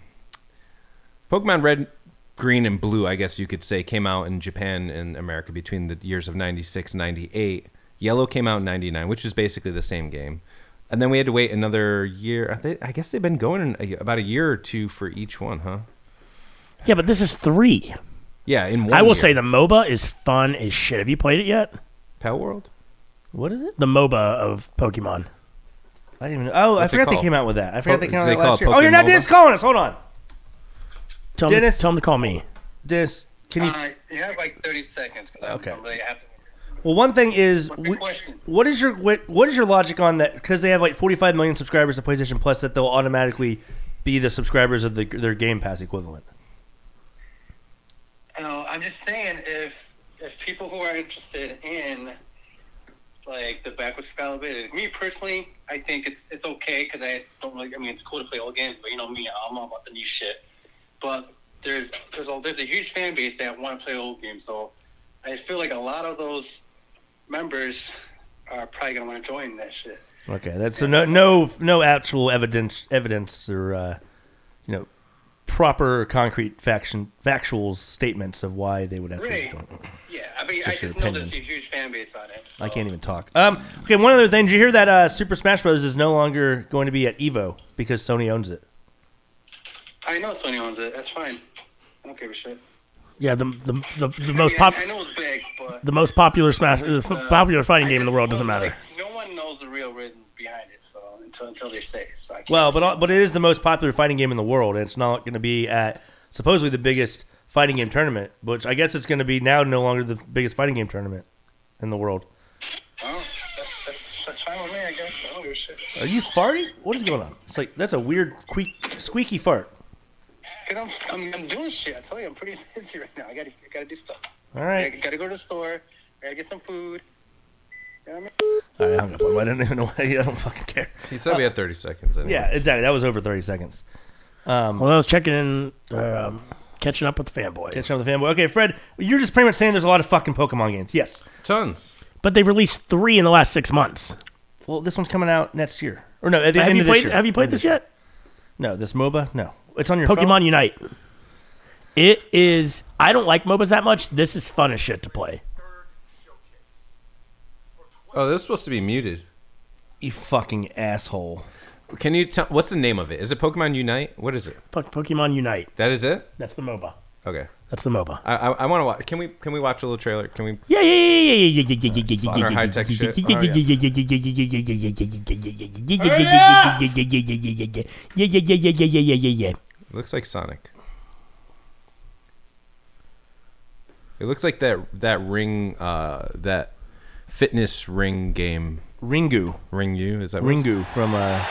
Speaker 2: Pokemon Red, Green, and Blue, I guess you could say, came out in Japan and America between the years of 96 and 98. Yellow came out in 99, which is basically the same game. And then we had to wait another year. I, think, I guess they've been going in a, about a year or two for each one, huh?
Speaker 3: Yeah, but this is three.
Speaker 2: Yeah, in one
Speaker 3: I will
Speaker 2: year.
Speaker 3: say the MOBA is fun as shit. Have you played it yet?
Speaker 2: Pal World?
Speaker 3: What is it? The MOBA of Pokemon.
Speaker 1: I didn't even. Know. Oh,
Speaker 2: What's it
Speaker 1: I forgot they
Speaker 2: called?
Speaker 1: came out with that. I forgot
Speaker 2: Po-
Speaker 1: they came out
Speaker 2: do
Speaker 1: with
Speaker 2: they
Speaker 1: that
Speaker 2: call
Speaker 1: last
Speaker 2: it
Speaker 1: year. Oh, you're not
Speaker 2: Pokemon
Speaker 1: Dennis calling us. Hold on,
Speaker 3: Tell him,
Speaker 1: Dennis-
Speaker 3: tell him to call me.
Speaker 1: Dennis. Can you?
Speaker 11: Uh, you have like 30 seconds because
Speaker 1: Okay.
Speaker 11: I'm really happy.
Speaker 1: Well, one thing is,
Speaker 11: What's the
Speaker 1: we-
Speaker 11: question?
Speaker 1: what is your what, what is your logic on that? Because they have like 45 million subscribers to PlayStation Plus, that they'll automatically be the subscribers of the, their Game Pass equivalent.
Speaker 11: No, I'm just saying if if people who are interested in like the backwards compatibility, me personally, I think it's it's okay because I don't really. I mean, it's cool to play old games, but you know me, I'm all about the new shit. But there's there's a, there's a huge fan base that want to play old games, so I feel like a lot of those members are probably gonna want to join that shit.
Speaker 1: Okay, that's so no no no actual evidence evidence or uh, you know proper concrete faction factual statements of why they would actually
Speaker 11: Right.
Speaker 1: join.
Speaker 11: Yeah, I mean,
Speaker 1: Just
Speaker 11: I
Speaker 1: your
Speaker 11: just know there's a
Speaker 1: opinion.
Speaker 11: huge fan base on it.
Speaker 1: I
Speaker 11: so-
Speaker 1: can't even talk. Um, okay, one other thing. Did you hear that uh, Super Smash Bros. is no longer going to be at Evo because Sony owns it?
Speaker 11: I know Sony owns it. That's fine. I don't give a shit.
Speaker 3: Yeah, the the, the, the
Speaker 11: I
Speaker 3: most
Speaker 11: mean,
Speaker 3: pop
Speaker 11: I, I know it's big, but
Speaker 3: the most popular smash the
Speaker 11: uh,
Speaker 3: popular fighting
Speaker 11: I
Speaker 3: game in the
Speaker 11: just
Speaker 3: world
Speaker 11: know,
Speaker 3: doesn't matter.
Speaker 11: like, no one knows the real reason behind it, so until until they say. So I can't
Speaker 1: Well, but uh, but it is the most popular fighting game in the world, and it's not going to be at supposedly the biggest fighting game tournament, which I guess it's going to be now no longer the biggest fighting game tournament in the world.
Speaker 11: Well, that's, that's, that's fine with me, I guess. I don't give a shit.
Speaker 1: Are you farting? What is going on? It's like that's a weird squeak, squeaky fart.
Speaker 11: 'Cause I'm, I'm I'm doing shit. I tell you, I'm pretty busy right now. I gotta I gotta do stuff.
Speaker 1: All
Speaker 11: I
Speaker 1: right.
Speaker 11: gotta go to the store. I gotta get some food. You know what I mean?
Speaker 1: All right, I hung up on him. I don't even know why. I don't fucking care.
Speaker 2: He said we had 30 seconds. I think.
Speaker 1: Yeah, exactly. That was over 30 seconds. Um,
Speaker 3: Well, I was checking in, um, catching up with the fanboy.
Speaker 1: catch up with the fanboy. Okay, Fred, you're just pretty much saying there's a lot of fucking Pokemon games. Yes.
Speaker 2: Tons.
Speaker 3: But they released three in the last six months.
Speaker 1: Well, this one's coming out next year. Or no, at the
Speaker 3: Have
Speaker 1: end
Speaker 3: you
Speaker 1: of this
Speaker 3: played?
Speaker 1: year.
Speaker 3: Have you played
Speaker 1: End of
Speaker 3: this yet?
Speaker 1: No, this MOBA. No, it's on your
Speaker 3: Pokemon
Speaker 1: Phone?
Speaker 3: Unite. It is. I don't like MOBAs that much. This is fun as shit to play.
Speaker 2: Oh, this is supposed to be muted.
Speaker 1: You fucking asshole.
Speaker 2: Can you tell what's the name of it? Is it Pokemon Unite? What is it?
Speaker 3: Po- Pokemon Unite.
Speaker 2: That is it?
Speaker 3: That's the MOBA.
Speaker 2: Okay.
Speaker 3: That's the MOBA.
Speaker 2: I I, I want to watch. Can we can we watch a little trailer? Can we?
Speaker 3: Yeah, yeah, yeah, yeah, yeah, yeah, yeah, yeah, yeah,
Speaker 2: Fuck our high-tech shit. Oh, yeah.
Speaker 3: yeah, yeah, yeah.
Speaker 2: It looks like Sonic. It looks like that that ring uh that fitness ring game.
Speaker 1: Ringu.
Speaker 2: Ring you is that what it's-
Speaker 1: Ringu from uh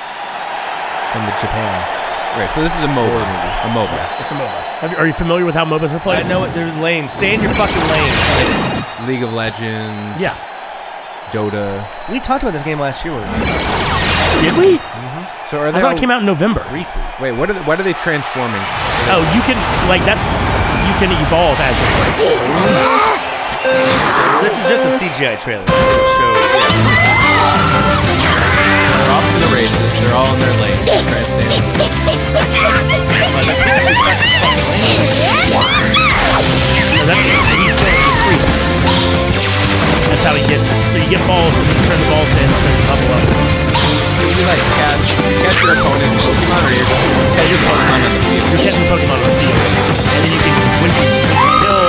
Speaker 1: from the Japan.
Speaker 2: Right. So this is a mobile. A mobile.
Speaker 1: It's a MOBA.
Speaker 3: Have you- Are you familiar with how MOBAs are
Speaker 1: I
Speaker 3: played?
Speaker 1: know it. There's lanes. Stay in your fucking lane.
Speaker 2: League of Legends.
Speaker 3: Yeah.
Speaker 2: Dota.
Speaker 1: We talked about this game last year. With
Speaker 3: Did we?
Speaker 2: So are
Speaker 3: I
Speaker 2: they?
Speaker 3: thought
Speaker 2: all-
Speaker 3: it came out in November.
Speaker 1: briefly.
Speaker 2: Wait. What are they, what are they transforming?
Speaker 3: Oh, you can like that's you can evolve as you play.
Speaker 1: This is just a CGI trailer. So,
Speaker 2: They're off to the races. They're all in their lane. Try and save them.
Speaker 3: That's how he gets. So you get balls, and you turn the balls in, so you level up.
Speaker 2: Did you like catch catch your opponent Pokemon or your yeah, your Pokemon on the field?
Speaker 3: You're catching Pokemon on the field, and then you can when you kill.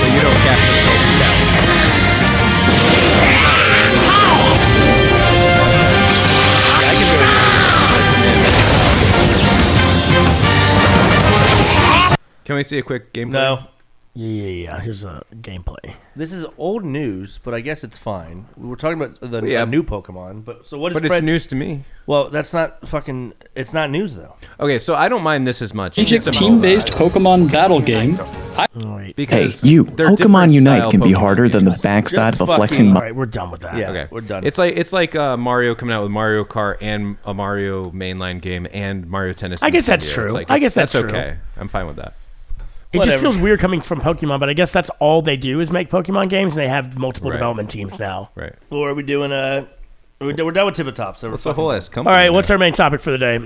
Speaker 2: So you don't catch the Pokemon. Can we see a quick gameplay?
Speaker 1: no.
Speaker 3: Yeah, yeah, yeah. Here's a gameplay.
Speaker 1: This is old news, but I guess it's fine. We were talking about the
Speaker 2: Yeah.
Speaker 1: the new Pokemon, but so what is
Speaker 2: But it's
Speaker 1: Fred?
Speaker 2: news to me.
Speaker 1: Well, that's not fucking. It's not news though.
Speaker 2: Okay, so I don't mind this as much. It's a
Speaker 12: team based Pokemon battle game.
Speaker 3: All right,
Speaker 2: Because
Speaker 13: Hey, you,
Speaker 2: they're
Speaker 13: Pokemon
Speaker 2: different
Speaker 13: Unite
Speaker 2: style
Speaker 13: can be
Speaker 2: Pokemon
Speaker 13: harder than the
Speaker 2: games.
Speaker 13: backside
Speaker 1: Just
Speaker 13: of a
Speaker 1: fucking-
Speaker 13: flexing
Speaker 3: all
Speaker 13: mu-
Speaker 3: right. We're done with that.
Speaker 1: Yeah,
Speaker 2: Okay,
Speaker 1: we're done.
Speaker 2: It's like it's like uh, Mario coming out with Mario Kart and a Mario mainline game and Mario Tennis.
Speaker 3: I
Speaker 2: in
Speaker 3: guess
Speaker 2: the
Speaker 3: that's
Speaker 2: same year. It's
Speaker 3: true.
Speaker 2: like,
Speaker 3: I
Speaker 2: it's-
Speaker 3: guess that's true.
Speaker 2: okay. I'm fine with that.
Speaker 3: It
Speaker 1: Whatever.
Speaker 3: just feels weird coming from Pokemon, but I guess that's all they do is make Pokemon games, and they have multiple
Speaker 2: Right.
Speaker 3: development teams now.
Speaker 2: Right.
Speaker 1: Well, are we doing a? We're, do- we're done with Tippa Top. So we're
Speaker 2: It's a whole ass
Speaker 3: All
Speaker 2: company.
Speaker 3: right, what's our main topic for the day?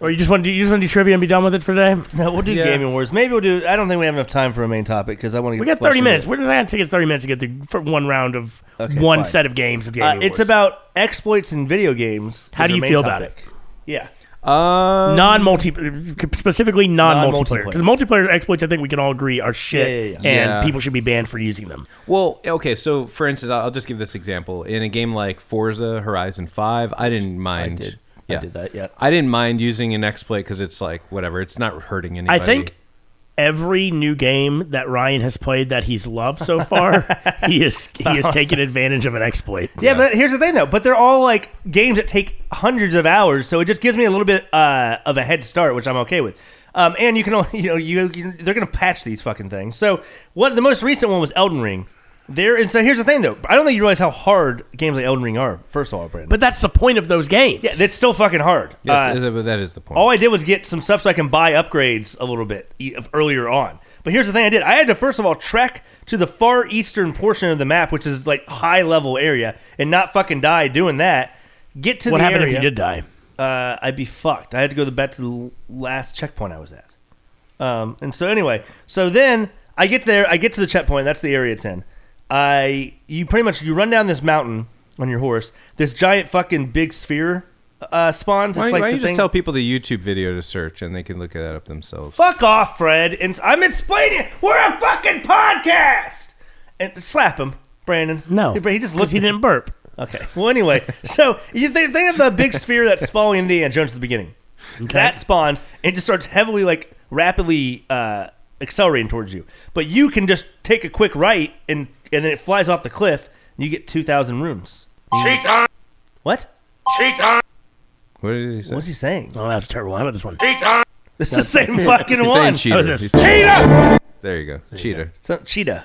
Speaker 3: Or you just want to do, you just want to do trivia and be done with it for today?
Speaker 1: No, we'll do
Speaker 2: Yeah.
Speaker 1: gaming wars. Maybe we'll do. I don't think we have enough time for a main topic because I want to.
Speaker 3: We got thirty minutes. We're not gonna take us thirty minutes to get through for one round of
Speaker 1: Okay,
Speaker 3: one
Speaker 1: fine.
Speaker 3: set of games of
Speaker 1: Uh,
Speaker 3: gaming.
Speaker 1: it's
Speaker 3: Awards.
Speaker 1: about exploits in video games.
Speaker 3: How
Speaker 1: is
Speaker 3: do
Speaker 1: our
Speaker 3: you
Speaker 1: main
Speaker 3: feel about
Speaker 1: topic. Yeah,
Speaker 2: Um,
Speaker 3: non multi specifically non
Speaker 1: Non-multiplayer.
Speaker 3: multiplayer because multiplayer exploits I think we can all agree are shit
Speaker 1: Yeah, yeah,
Speaker 3: and
Speaker 1: yeah.
Speaker 2: Yeah.
Speaker 3: people should be banned for using them.
Speaker 2: Well, okay. So, for instance, I'll I'll just give this example. In a game like Forza Horizon Five, I didn't mind.
Speaker 1: did. I
Speaker 2: Yeah.
Speaker 1: did that, yeah.
Speaker 2: I didn't mind using an exploit because it's like whatever. It's not hurting anybody.
Speaker 3: I think every new game that Ryan has played that he's loved so far, he is he has taken advantage of an exploit.
Speaker 1: yeah. But here's the thing though. But they're all like games that take hundreds of hours, so it just gives me a little bit uh, of a head start, which I'm okay with. Um, and you can only, you know, you, you they're gonna patch these fucking things. So what? The most recent one was Elden Ring. There and so here's the thing though. I don't think you realize how hard games like Elden Ring are. First of all, Brandon.
Speaker 3: But that's the point of those games.
Speaker 1: yeah, that's still fucking hard.
Speaker 2: Yes,
Speaker 1: Uh,
Speaker 2: is it- but that is the point.
Speaker 1: all I did was get some stuff so I can buy upgrades a little bit e- of- earlier on. But here's the thing I did. I had to first of all trek to the far eastern portion of the map, which is like high level area, and not fucking die doing that. Get to
Speaker 3: what
Speaker 1: the
Speaker 3: happened
Speaker 1: area,
Speaker 3: if you did die?
Speaker 1: Uh, I'd be fucked. I had to go the back to the l- last checkpoint I was at. Um, and so anyway, so then I get there. I get to the checkpoint. That's the area it's in. I you pretty much you run down this mountain on your horse. This giant fucking big sphere uh, spawns.
Speaker 2: Why,
Speaker 1: it's like the
Speaker 2: why don't you just
Speaker 1: thing-
Speaker 2: tell people the YouTube video to search and they can look that up themselves?
Speaker 1: Fuck off, Fred. And I'm explaining. We're a fucking podcast. And slap him, Brandon.
Speaker 3: No,
Speaker 1: he, he just
Speaker 3: 'cause
Speaker 1: looked.
Speaker 3: He
Speaker 1: at me.
Speaker 3: didn't burp.
Speaker 1: Okay. Well, anyway, so you think, think of the big sphere that's following Indiana Jones at the beginning. That spawns and just starts heavily, like rapidly uh, accelerating towards you. But you can just take a quick right, and and then it flies off the cliff, and you get two thousand runes. What?
Speaker 2: What did he say?
Speaker 1: What's he saying?
Speaker 3: Oh, that's terrible. How about this one?
Speaker 1: It's the same fucking
Speaker 2: He's
Speaker 1: one.
Speaker 2: saying
Speaker 3: Oh,
Speaker 2: cheater.
Speaker 3: this-
Speaker 2: He's saying- There you go. cheater.
Speaker 1: So- cheetah.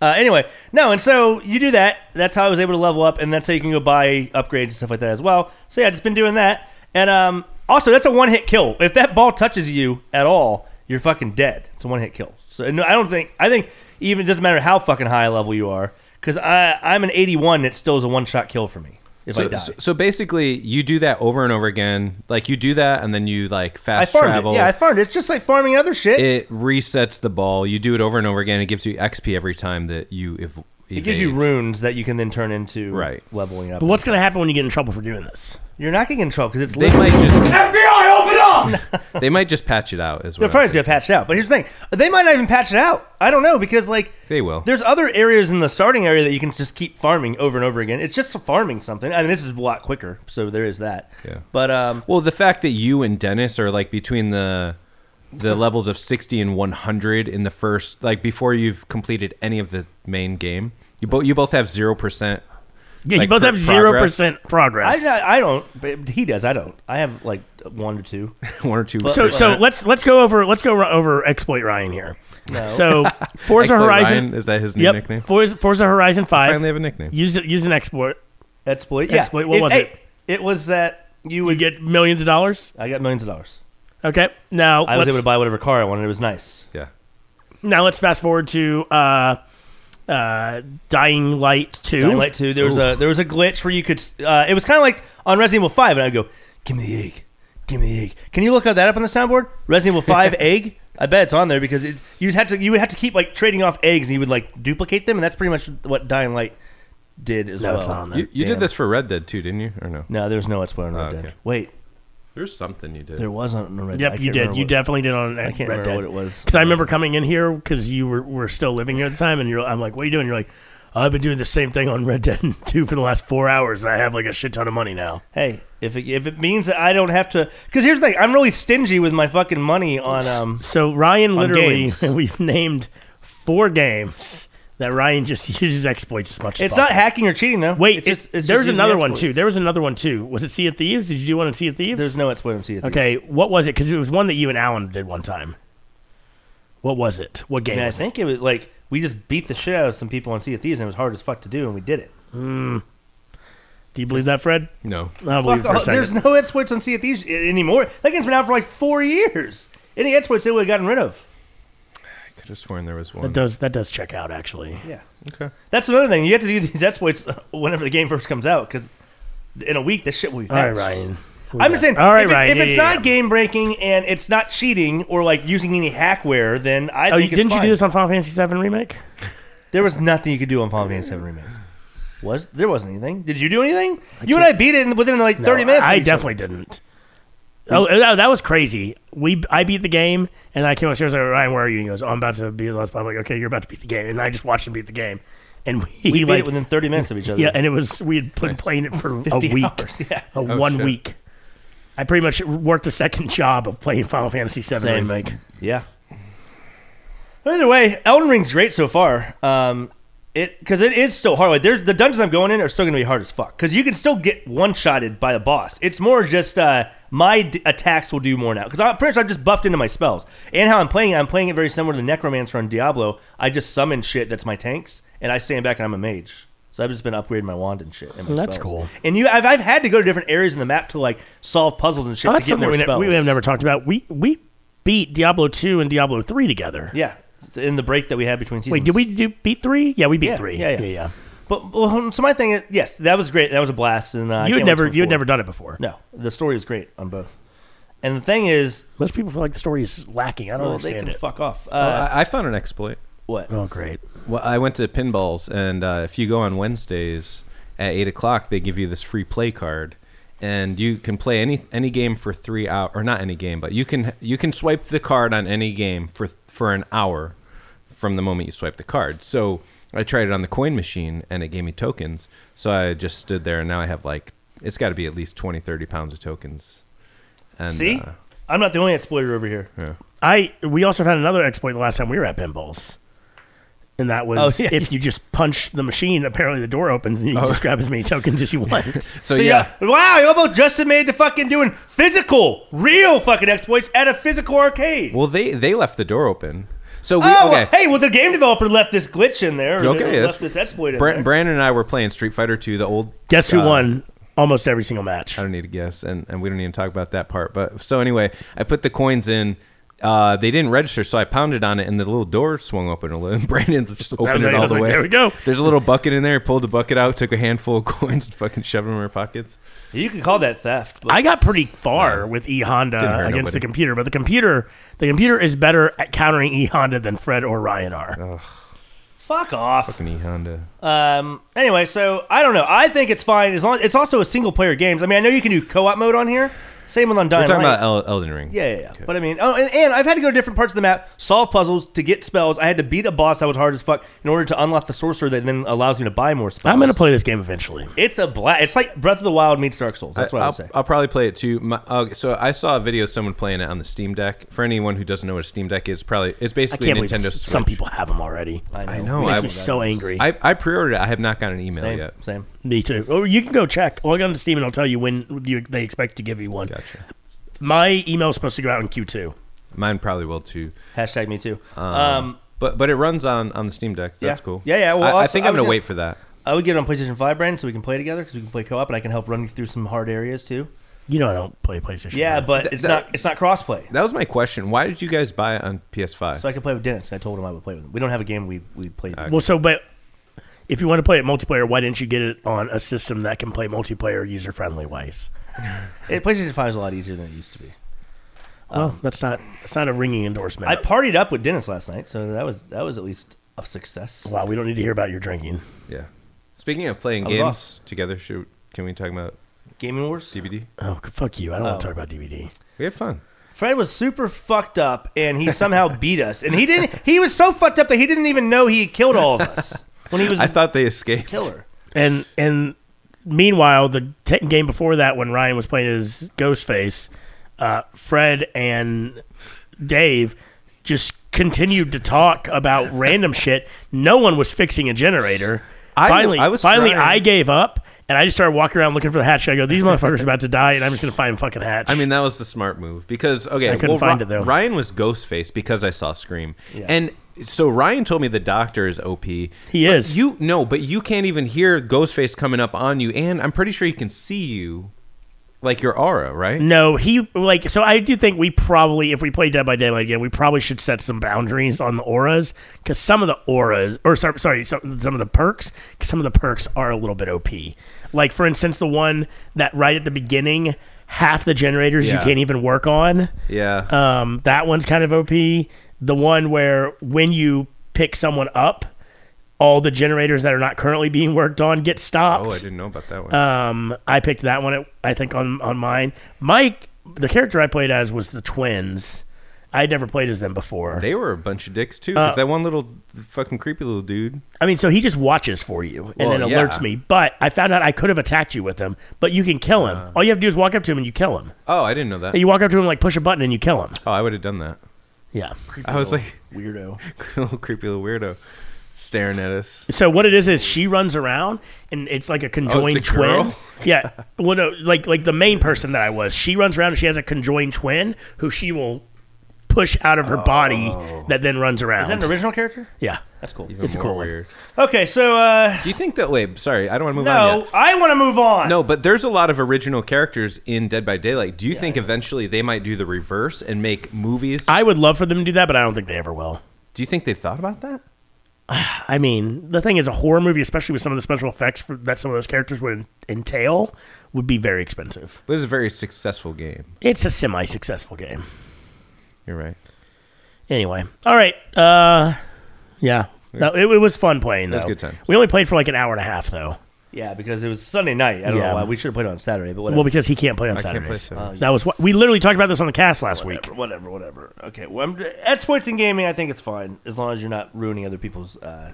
Speaker 1: Uh, anyway, no, and so you do that. That's how I was able to level up, and that's how you can go buy upgrades and stuff like that as well. So yeah, just been doing that, and um, also that's a one hit kill. If that ball touches you at all, you're fucking dead. It's a one hit kill. So no, I don't think I think even it doesn't matter how fucking high level you are, because I I'm an 81. It still is a one shot kill for me if
Speaker 2: so,
Speaker 1: I die.
Speaker 2: so- so basically, you do that over and over again. Like you do that, and then you like
Speaker 1: I
Speaker 2: fast
Speaker 1: farmed
Speaker 2: travel.
Speaker 1: it. Yeah, I farmed it. It's just like farming other shit.
Speaker 2: it resets the ball. You do it over and over again. It gives you XP every time that you. Ev-
Speaker 1: It gives you runes that you can then turn into
Speaker 2: Right.
Speaker 1: leveling up.
Speaker 3: But what's going to happen when you get in trouble for doing this?
Speaker 1: You're not getting in trouble because it's
Speaker 2: They might just
Speaker 1: FBI open up.
Speaker 2: they might just patch it out as
Speaker 1: They're
Speaker 2: well.
Speaker 1: probably gonna patch it out. But here's the thing: they might not even patch it out. I don't know because like
Speaker 2: They will.
Speaker 1: There's other areas in the starting area that you can just keep farming over and over again. It's just farming something. I mean, this is a lot quicker, so there is that.
Speaker 2: Yeah.
Speaker 1: But um,
Speaker 2: Well, the fact that you and Dennis are like between the the levels of 60 and 100 in the first like before you've completed any of the main game. You both you both have 0%.
Speaker 3: Yeah, you
Speaker 2: like,
Speaker 3: both
Speaker 2: pro-
Speaker 3: have zero
Speaker 2: progress.
Speaker 3: percent progress.
Speaker 1: I I don't. But he does. I don't. I have like one or two.
Speaker 2: one or two.
Speaker 3: so so let's let's go over let's go ro- over exploit Ryan here.
Speaker 1: No.
Speaker 3: So Forza
Speaker 2: Exploit
Speaker 3: Horizon
Speaker 2: Ryan, is that his new
Speaker 3: yep,
Speaker 2: nickname?
Speaker 3: Forza, Forza Horizon Five.
Speaker 2: Finally have a nickname.
Speaker 3: Use it. Use an exploit.
Speaker 1: Exploit. Yeah.
Speaker 3: Exploit, what was it?
Speaker 1: It was that you
Speaker 3: You
Speaker 1: would.
Speaker 3: get millions of dollars.
Speaker 1: I got millions of dollars.
Speaker 3: Okay. Now
Speaker 1: I was
Speaker 3: let's,
Speaker 1: able to buy whatever car I wanted. It was nice.
Speaker 2: Yeah.
Speaker 3: now let's fast forward to uh, uh, Dying Light Two.
Speaker 1: Dying Light Two. There was a there was a glitch where you could. Uh, it was kind of like on Resident Evil Five, and I'd go, "Give me the egg, give me the egg." Can you look that up on the soundboard? Resident Evil Five egg. I bet it's on there because it, you had to you would have to keep like trading off eggs, and you would like duplicate them, and that's pretty much what Dying Light did as
Speaker 3: No,
Speaker 1: well.
Speaker 3: it's not on there.
Speaker 2: You, you
Speaker 1: Damn.
Speaker 2: did this for Red Dead too, didn't you? Or no?
Speaker 1: No, there was no exploit on Red
Speaker 2: Oh,
Speaker 1: Dead.
Speaker 2: okay.
Speaker 1: Wait,
Speaker 2: There's something you did.
Speaker 1: there was on Red Dead. I
Speaker 3: Yep,
Speaker 1: can't
Speaker 3: you did.
Speaker 1: remember
Speaker 3: You
Speaker 1: what-
Speaker 3: definitely did on
Speaker 1: I can't
Speaker 3: Red
Speaker 1: remember
Speaker 3: Dead.
Speaker 1: what it was.
Speaker 3: Because I remember coming in here because you were, were still living here at the time, and you're, I'm like, "What are you doing?" You're like, "I've been doing the same thing on Red Dead Two for the last four hours, and I have like a shit ton of money now."
Speaker 1: Hey, if it, if it means that I don't have to, because here's the thing, I'm really stingy with my fucking money on um.
Speaker 3: So Ryan
Speaker 1: On
Speaker 3: literally,
Speaker 1: games.
Speaker 3: we've named four games that Ryan just uses exploits as much. as
Speaker 1: It's not
Speaker 3: possible.
Speaker 1: hacking or cheating though.
Speaker 3: Wait,
Speaker 1: It's
Speaker 3: it-
Speaker 1: just- it's just
Speaker 3: there's
Speaker 1: using the
Speaker 3: another one
Speaker 1: exploit.
Speaker 3: too. There was another one too. Was it Sea of Thieves? Did you do one on Sea of Thieves?
Speaker 1: There's no exploit on Sea of Thieves.
Speaker 3: okay, what was it? Because it was one that you and Alan did one time. What was it? What game?
Speaker 1: I, mean, I
Speaker 3: was it?
Speaker 1: think it was like we just beat the shit out of some people on Sea of Thieves, and it was hard as fuck to do, and we did it.
Speaker 3: Do you believe that, Fred?
Speaker 2: No.
Speaker 3: I believe
Speaker 1: Fuck,
Speaker 3: it for a
Speaker 1: all-
Speaker 3: second.
Speaker 1: there's no exploits on Sea of Thieves i- anymore. That game's been out for like four years. Any exploits they would have gotten rid of.
Speaker 2: I could have sworn there was
Speaker 3: That
Speaker 2: one.
Speaker 3: does that does check out actually.
Speaker 1: Yeah,
Speaker 3: Uh,
Speaker 2: Okay.
Speaker 1: that's another thing. You have to do these exploits whenever the game first comes out, because in a week this shit will be.
Speaker 3: All right,
Speaker 1: patched.
Speaker 3: Ryan.
Speaker 1: I'm just saying,
Speaker 3: All right,
Speaker 1: if, it-
Speaker 3: Ryan.
Speaker 1: if
Speaker 3: yeah,
Speaker 1: it's
Speaker 3: yeah,
Speaker 1: not
Speaker 3: yeah.
Speaker 1: game breaking and it's not cheating or like using any hackware, then I
Speaker 3: Oh,
Speaker 1: think
Speaker 3: you-
Speaker 1: it's
Speaker 3: didn't you
Speaker 1: fine.
Speaker 3: do this on Final Fantasy VII remake?
Speaker 1: There was nothing you could do on Final Fantasy VII Remake. Was there wasn't anything? Did you do anything? you and I beat it in- within like thirty
Speaker 3: No,
Speaker 1: minutes. of
Speaker 3: I
Speaker 1: each other.
Speaker 3: definitely didn't. Oh, that, that was crazy. We I beat the game and I came upstairs. I was like, Ryan, where are you? And he goes, oh, I'm about to beat the last. part." I'm like, okay, you're about to beat the game, and I just watched him beat the game, and we,
Speaker 1: We beat
Speaker 3: like
Speaker 1: it within thirty minutes of each other.
Speaker 3: yeah, and it was we had been playing it for a
Speaker 1: 50
Speaker 3: week,
Speaker 1: hours, yeah.
Speaker 3: a one
Speaker 2: shit.
Speaker 3: week. I pretty much worked a second job of playing Final Fantasy VII
Speaker 1: Same.
Speaker 3: remake.
Speaker 1: Yeah. But either way, Elden Ring's great so far. Um, it because it is still hard. Like there's the dungeons I'm going in are still going to be hard as fuck because you can still get one shotted by the boss. It's more just uh, my d- attacks will do more now because I'm pretty sure I've just buffed into my spells and how I'm playing. it, I'm playing it very similar to the Necromancer on Diablo. I just summon shit that's my tanks and I stand back and I'm a mage. So I've just been upgrading my wand and shit. And my
Speaker 3: That's
Speaker 1: spells.
Speaker 3: cool.
Speaker 1: And you, I've, I've had to go to different areas in the map to like solve puzzles and shit
Speaker 3: Oh,
Speaker 1: to
Speaker 3: that's
Speaker 1: get
Speaker 3: something
Speaker 1: more
Speaker 3: we, ne-
Speaker 1: spells.
Speaker 3: we have never talked about. We we beat Diablo two and Diablo three together.
Speaker 1: Yeah, it's in the break that we had between seasons.
Speaker 3: Wait, did we do beat three? Yeah, we beat
Speaker 1: Yeah,
Speaker 3: three.
Speaker 1: yeah, yeah.
Speaker 3: yeah. yeah.
Speaker 1: But well, so my thing is, yes, that was great. That was a blast, and uh, I can't
Speaker 3: you had
Speaker 1: wait
Speaker 3: never
Speaker 1: till
Speaker 3: you had
Speaker 1: four.
Speaker 3: never done it before.
Speaker 1: No, the story is great on both. And the thing is,
Speaker 3: Most people feel like the story is lacking. I don't
Speaker 1: well, they
Speaker 3: understand
Speaker 1: can
Speaker 3: it.
Speaker 1: fuck off. Uh,
Speaker 2: I, I found an exploit.
Speaker 1: what?
Speaker 3: oh, great.
Speaker 2: Well, I went to pinballs, and uh, if you go on Wednesdays at eight o'clock, they give you this free play card, and you can play any any game for three hour or not any game, but you can you can swipe the card on any game for for an hour from the moment you swipe the card. So I tried it on the coin machine, and it gave me tokens. So I just stood there, and now I have like it's got to be at least 20, 30 pounds of tokens. And,
Speaker 1: See,
Speaker 2: uh,
Speaker 1: I'm not the only exploiter over here.
Speaker 3: I we also found another exploit the last time we were at pinballs, and that was
Speaker 1: Oh, yeah.
Speaker 3: if you just punch the machine, apparently the door opens
Speaker 2: Oh.
Speaker 3: and you can just grab as many tokens as you want.
Speaker 2: so,
Speaker 1: So
Speaker 2: yeah.
Speaker 1: yeah, wow, you almost just made to fucking doing physical, real fucking exploits at a physical arcade.
Speaker 2: Well, they they left the door open. So we
Speaker 1: oh,
Speaker 2: okay.
Speaker 1: hey, well, the game developer left this glitch in there. Or
Speaker 2: Okay,
Speaker 1: they
Speaker 2: that's-
Speaker 1: left this exploit in
Speaker 2: Brand,
Speaker 1: there.
Speaker 2: Brandon and I were playing Street Fighter Two, the old.
Speaker 3: Guess who
Speaker 2: uh,
Speaker 3: won almost every single match?
Speaker 2: I don't need to guess, and, and we don't even talk about that part. But so anyway, I put the coins in. Uh, they didn't register, so I pounded on it, and the little door swung open a little. And Brandon just opened
Speaker 3: like-
Speaker 2: it
Speaker 3: I
Speaker 2: all
Speaker 3: was
Speaker 2: the
Speaker 3: like,
Speaker 2: way.
Speaker 3: "There we go."
Speaker 2: There's a little bucket in there. Pulled the bucket out, took a handful of coins, and fucking shoved them in our pockets.
Speaker 1: You could call that theft.
Speaker 3: I got pretty far with E Honda
Speaker 2: Didn't hurt
Speaker 3: against
Speaker 2: nobody.
Speaker 3: the computer, but the computer the computer is better at countering E Honda than Fred or Ryan are.
Speaker 2: Oh.
Speaker 1: Fuck off.
Speaker 2: Fucking E Honda.
Speaker 1: Um, anyway, so I don't know. I think it's fine as long. It's also a single player games. I mean, I know you can do co op mode on here. Same with on
Speaker 2: We're
Speaker 1: Dying
Speaker 2: talking
Speaker 1: Light.
Speaker 2: about uh, El- Elden Ring.
Speaker 1: yeah, yeah, yeah. But I mean, oh, and, and I've had to go to different parts of the map, solve puzzles to get spells. I had to beat a boss that was hard as fuck in order to unlock the sorcerer that then allows me to buy more spells.
Speaker 3: I'm gonna play this game eventually.
Speaker 1: It's a black. It's like Breath of the Wild meets Dark Souls. That's what I,
Speaker 2: I'll,
Speaker 1: would say.
Speaker 2: I'll probably play it too. My, okay, so I saw a video of someone playing it on the Steam Deck. For anyone who doesn't know what a Steam Deck is, probably it's
Speaker 3: I
Speaker 2: basically a
Speaker 3: can't believe
Speaker 2: Nintendo
Speaker 3: s-
Speaker 2: Switch.
Speaker 3: some people have them already.
Speaker 2: I know.
Speaker 3: makes
Speaker 2: I,
Speaker 3: me so angry.
Speaker 2: I, I pre-ordered it. I have not gotten an email
Speaker 1: Same,
Speaker 2: yet.
Speaker 1: same.
Speaker 3: me too. Or you can go check. Log on to Steam and I'll tell you when you, they expect to give you one.
Speaker 2: Gotcha.
Speaker 3: My email's supposed to go out in Q2.
Speaker 2: Mine probably will too.
Speaker 1: Hashtag me too. Um,
Speaker 2: But but it runs on on the Steam Deck. So That's
Speaker 1: Yeah.
Speaker 2: cool.
Speaker 1: Yeah, yeah, well,
Speaker 2: I, I
Speaker 1: also-
Speaker 2: think
Speaker 1: I
Speaker 2: I'm
Speaker 1: was
Speaker 2: gonna
Speaker 1: gonna-
Speaker 2: wait for that.
Speaker 1: I would get it on PlayStation Five, Brandon, so we can play together because we can play co-op, and I can help run you through some hard areas too.
Speaker 3: You know I don't play PlayStation.
Speaker 1: Yeah,
Speaker 3: right?
Speaker 1: but it's
Speaker 2: that-
Speaker 1: not it's not crossplay,
Speaker 2: That was my question. Why did you guys buy it on PS5?
Speaker 1: so I can play with Dennis. And I told him I would play with him. We don't have a game we we played.
Speaker 3: well, so but if you want to play it multiplayer, why didn't you get it on a system that can play multiplayer user friendly ways?
Speaker 1: It, PlayStation Five is a lot easier than it used to be.
Speaker 3: well, that's not that's not a ringing endorsement.
Speaker 1: I partied up with Dennis last night, so that was that was at least a success.
Speaker 3: wow, we don't need to hear about your drinking.
Speaker 2: yeah. Speaking of playing
Speaker 1: I was
Speaker 2: games together, should can we talk about
Speaker 1: Gaming Wars.
Speaker 2: DVD?
Speaker 3: Oh, c- fuck you. I don't want to talk about DVD.
Speaker 2: We had fun.
Speaker 1: Fred was super fucked up, and he somehow beat us. And he didn't. He was so fucked up that he didn't even know he killed all of us when he was
Speaker 2: I
Speaker 1: a
Speaker 2: thought they escaped.
Speaker 1: killer.
Speaker 3: And and meanwhile, the te- game before that, when Ryan was playing his Ghostface, uh, Fred and Dave just continued to talk about random shit. No one was fixing a generator.
Speaker 2: I-
Speaker 3: finally,
Speaker 2: I was
Speaker 3: finally,
Speaker 2: trying.
Speaker 3: I gave up and I just started walking around looking for the hatch. I go, these motherfuckers are about to die, and I'm just gonna find fucking hatch.
Speaker 2: I mean, that was the smart move because okay,
Speaker 3: I couldn't
Speaker 2: well, Ri-
Speaker 3: find it, though.
Speaker 2: Ryan was Ghostface because I saw Scream, and so Ryan told me the doctor is OP. He
Speaker 3: is.
Speaker 2: You no, but you can't even hear Ghostface coming up on you, and I'm pretty sure he can see you, like your aura, right?
Speaker 3: No, he like so. I do think we probably, if we play Dead by Daylight again, we probably should set some boundaries on the auras because some of the auras, or so- sorry, some, some of the perks, 'cause some of the perks are a little bit OP. Like for instance, the one that right at the beginning, half the generators
Speaker 2: Yeah.
Speaker 3: you can't even work on.
Speaker 2: Yeah.
Speaker 3: Um, that one's kind of OP. The one where when you pick someone up, all the generators that are not currently being worked on get stopped.
Speaker 2: oh, I didn't know about that one.
Speaker 3: Um, I picked that one. I think on on mine. Mike, the character I played as was the twins. I'd never played as them before.
Speaker 2: they were a bunch of dicks
Speaker 3: uh,
Speaker 2: too, because that one little fucking creepy little dude.
Speaker 3: I mean, so he just watches for you and
Speaker 2: Well,
Speaker 3: then
Speaker 2: yeah.
Speaker 3: alerts me. But I found out I could have attacked you with him. But you can kill him. All you have to do is walk up to him and you kill him.
Speaker 2: Oh, I didn't know that.
Speaker 3: You walk up to him like push a button and you kill him.
Speaker 2: Oh, I would have done that.
Speaker 3: Yeah.
Speaker 2: I was like
Speaker 1: Weirdo.
Speaker 2: little creepy little weirdo staring at us.
Speaker 3: So what it is is she runs around and it's like a conjoined
Speaker 2: a
Speaker 3: twin.
Speaker 2: girl?
Speaker 3: Yeah. Well, no, like like the main person that I was. She runs around and she has a conjoined twin who she will push out of her body that then runs around.
Speaker 1: Is that an original character?
Speaker 3: yeah.
Speaker 1: That's cool.
Speaker 2: Even
Speaker 3: It's a
Speaker 2: more
Speaker 3: cool one.
Speaker 2: weird.
Speaker 1: Okay, so uh,
Speaker 2: Do you think that? Wait, sorry, I don't want to move on. yet.
Speaker 1: no, I want to move on.
Speaker 2: No, but there's a lot of original characters in Dead by Daylight. Do you think eventually they might do the reverse and make movies?
Speaker 3: I would love for them to do that, but I don't think they ever will.
Speaker 2: do you think they've thought about that?
Speaker 3: I mean, the thing is, a horror movie, especially with some of the special effects for, that some of those characters would entail, would be very expensive.
Speaker 2: But it's a very successful game.
Speaker 3: It's a semi-successful game,
Speaker 2: You're right.
Speaker 3: anyway. All right, uh, yeah, no, it, it was fun playing. Though.
Speaker 2: was good times.
Speaker 3: We only played for like an hour and a half, though.
Speaker 1: Yeah, because it was Sunday night. I don't
Speaker 3: Yeah.
Speaker 1: know why we should have played it on Saturday, but whatever.
Speaker 3: Well, because he can't play on
Speaker 2: I can't play
Speaker 3: Saturdays.
Speaker 2: so.
Speaker 3: that was what we literally talked about this on the cast last week.
Speaker 1: whatever, whatever. Okay, well, I'm, exploits in gaming, I think it's fine as long as you're not ruining other people's uh,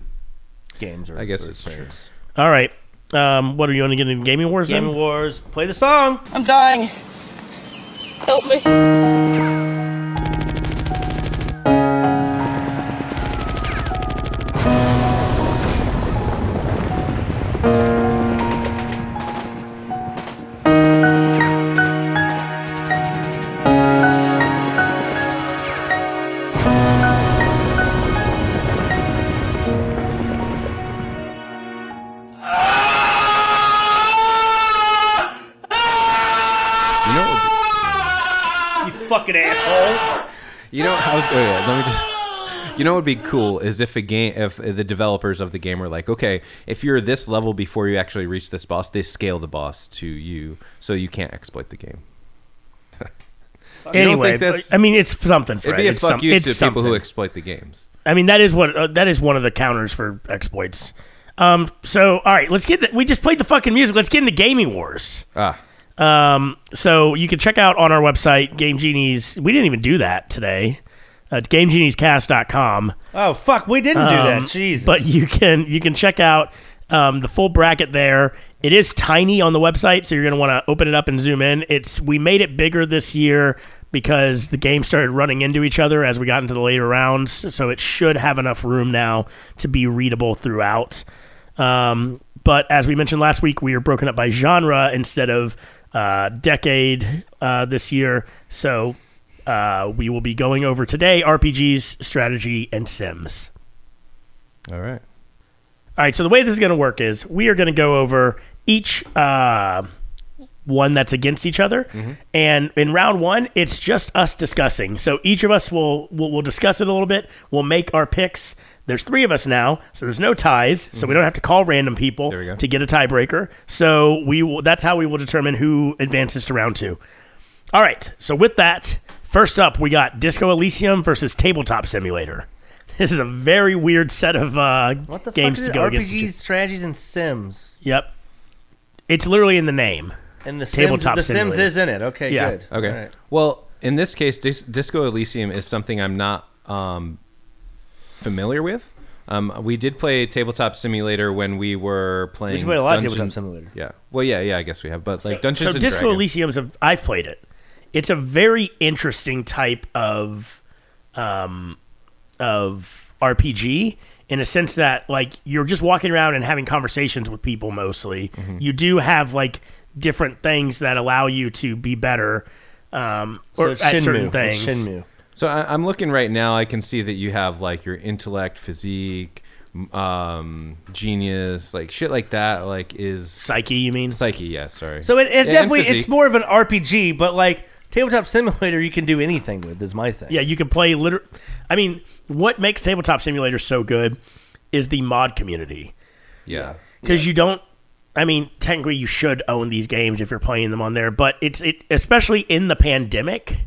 Speaker 1: games. Or
Speaker 2: I guess
Speaker 1: or
Speaker 2: it's true.
Speaker 1: experience.
Speaker 3: All right, um, what are you going to get into gaming wars?
Speaker 1: Gaming
Speaker 3: then?
Speaker 1: Wars. Play the song.
Speaker 13: I'm dying. Help me.
Speaker 2: You know, I was, oh, yeah, let me just. You know what would be cool is if a game, if the developers of the game were like, okay, if you're this level before you actually reach this boss, they scale the boss to you, so you can't exploit the game. You don't
Speaker 3: anyway,
Speaker 2: think that's-
Speaker 3: but- I mean, it's something. Fred.
Speaker 2: It'd be a
Speaker 3: it's
Speaker 2: fuck
Speaker 3: some-
Speaker 2: you to
Speaker 3: it's
Speaker 2: people who
Speaker 3: something.
Speaker 2: exploit the games.
Speaker 3: I mean, that is what uh, that is one of the counters for exploits. Um, so all right, let's get. The, we just played the fucking music. Let's get into gaming wars.
Speaker 2: Ah.
Speaker 3: Um, so you can check out on our website, Game Genies. We didn't even do that today. Uh, it's GameGeniesCast.com.
Speaker 1: Oh fuck, we didn't do that.
Speaker 3: Um,
Speaker 1: Jesus.
Speaker 3: But you can you can check out um, the full bracket there. It is tiny on the website, so you're going to want to open it up and zoom in. It's we made it bigger this year because the games started running into each other as we got into the later rounds, so it should have enough room now to be readable throughout. Um, but as we mentioned last week, we are broken up by genre instead of uh, decade uh, this year. So uh, we will be going over today RPGs, strategy, and sims.
Speaker 2: All right.
Speaker 3: All right. So the way this is going to work is we are going to go over each uh, one that's against each other, and in round one, it's just us discussing. So each of us will will will discuss it a little bit. We'll make our picks. There's three of us now, so there's no ties. So we don't have to call random people to get a tiebreaker. So we will, that's how we will determine who advances to round two. All right. So with that, first up, we got Disco Elysium versus Tabletop Simulator. This is a very weird set of uh,
Speaker 1: what the
Speaker 3: games
Speaker 1: fuck
Speaker 3: to
Speaker 1: is
Speaker 3: go
Speaker 1: it?
Speaker 3: against. each
Speaker 1: RPGs, strategies, and Sims.
Speaker 3: Yep. It's literally in the name.
Speaker 1: And the
Speaker 3: Tabletop
Speaker 1: Sims, the Sims
Speaker 3: Simulator.
Speaker 1: is in it. Okay,
Speaker 3: Yeah.
Speaker 1: good.
Speaker 2: Okay.
Speaker 1: All right.
Speaker 2: Well, in this case, Dis- Disco Elysium is something I'm not um, familiar with. Um, we did play Tabletop Simulator when we were playing.
Speaker 1: played a lot of
Speaker 2: Dungeon-
Speaker 1: Tabletop Simulator.
Speaker 2: Yeah. Well, yeah, yeah. I guess we have, but like Dungeons
Speaker 3: so
Speaker 2: and
Speaker 3: Disco
Speaker 2: Dragons.
Speaker 3: Elysium's a, I've played it. It's a very interesting type of um of RPG in a sense that like you're just walking around and having conversations with people mostly.
Speaker 1: Mm-hmm.
Speaker 3: You do have like different things that allow you to be better um
Speaker 1: So
Speaker 3: or
Speaker 1: it's
Speaker 3: at
Speaker 1: Shinmu.
Speaker 3: certain
Speaker 1: It's
Speaker 3: things.
Speaker 1: Shinmu.
Speaker 2: So I, I'm looking right now. I can see that you have like your intellect, physique, m- um, genius, like shit like that. Like is
Speaker 3: psyche? You mean
Speaker 2: psyche? Yeah. Sorry.
Speaker 1: So it,
Speaker 2: Yeah,
Speaker 1: it
Speaker 2: and
Speaker 1: definitely it's
Speaker 2: physique.
Speaker 1: more of an RPG, but like Tabletop Simulator, you can do anything with. Is my thing.
Speaker 3: Yeah, you can play liter I mean, what makes Tabletop Simulator so good is the mod community.
Speaker 2: Yeah.
Speaker 3: because you don't. I mean, technically, you should own these games if you're playing them on there, but it's it especially in the pandemic.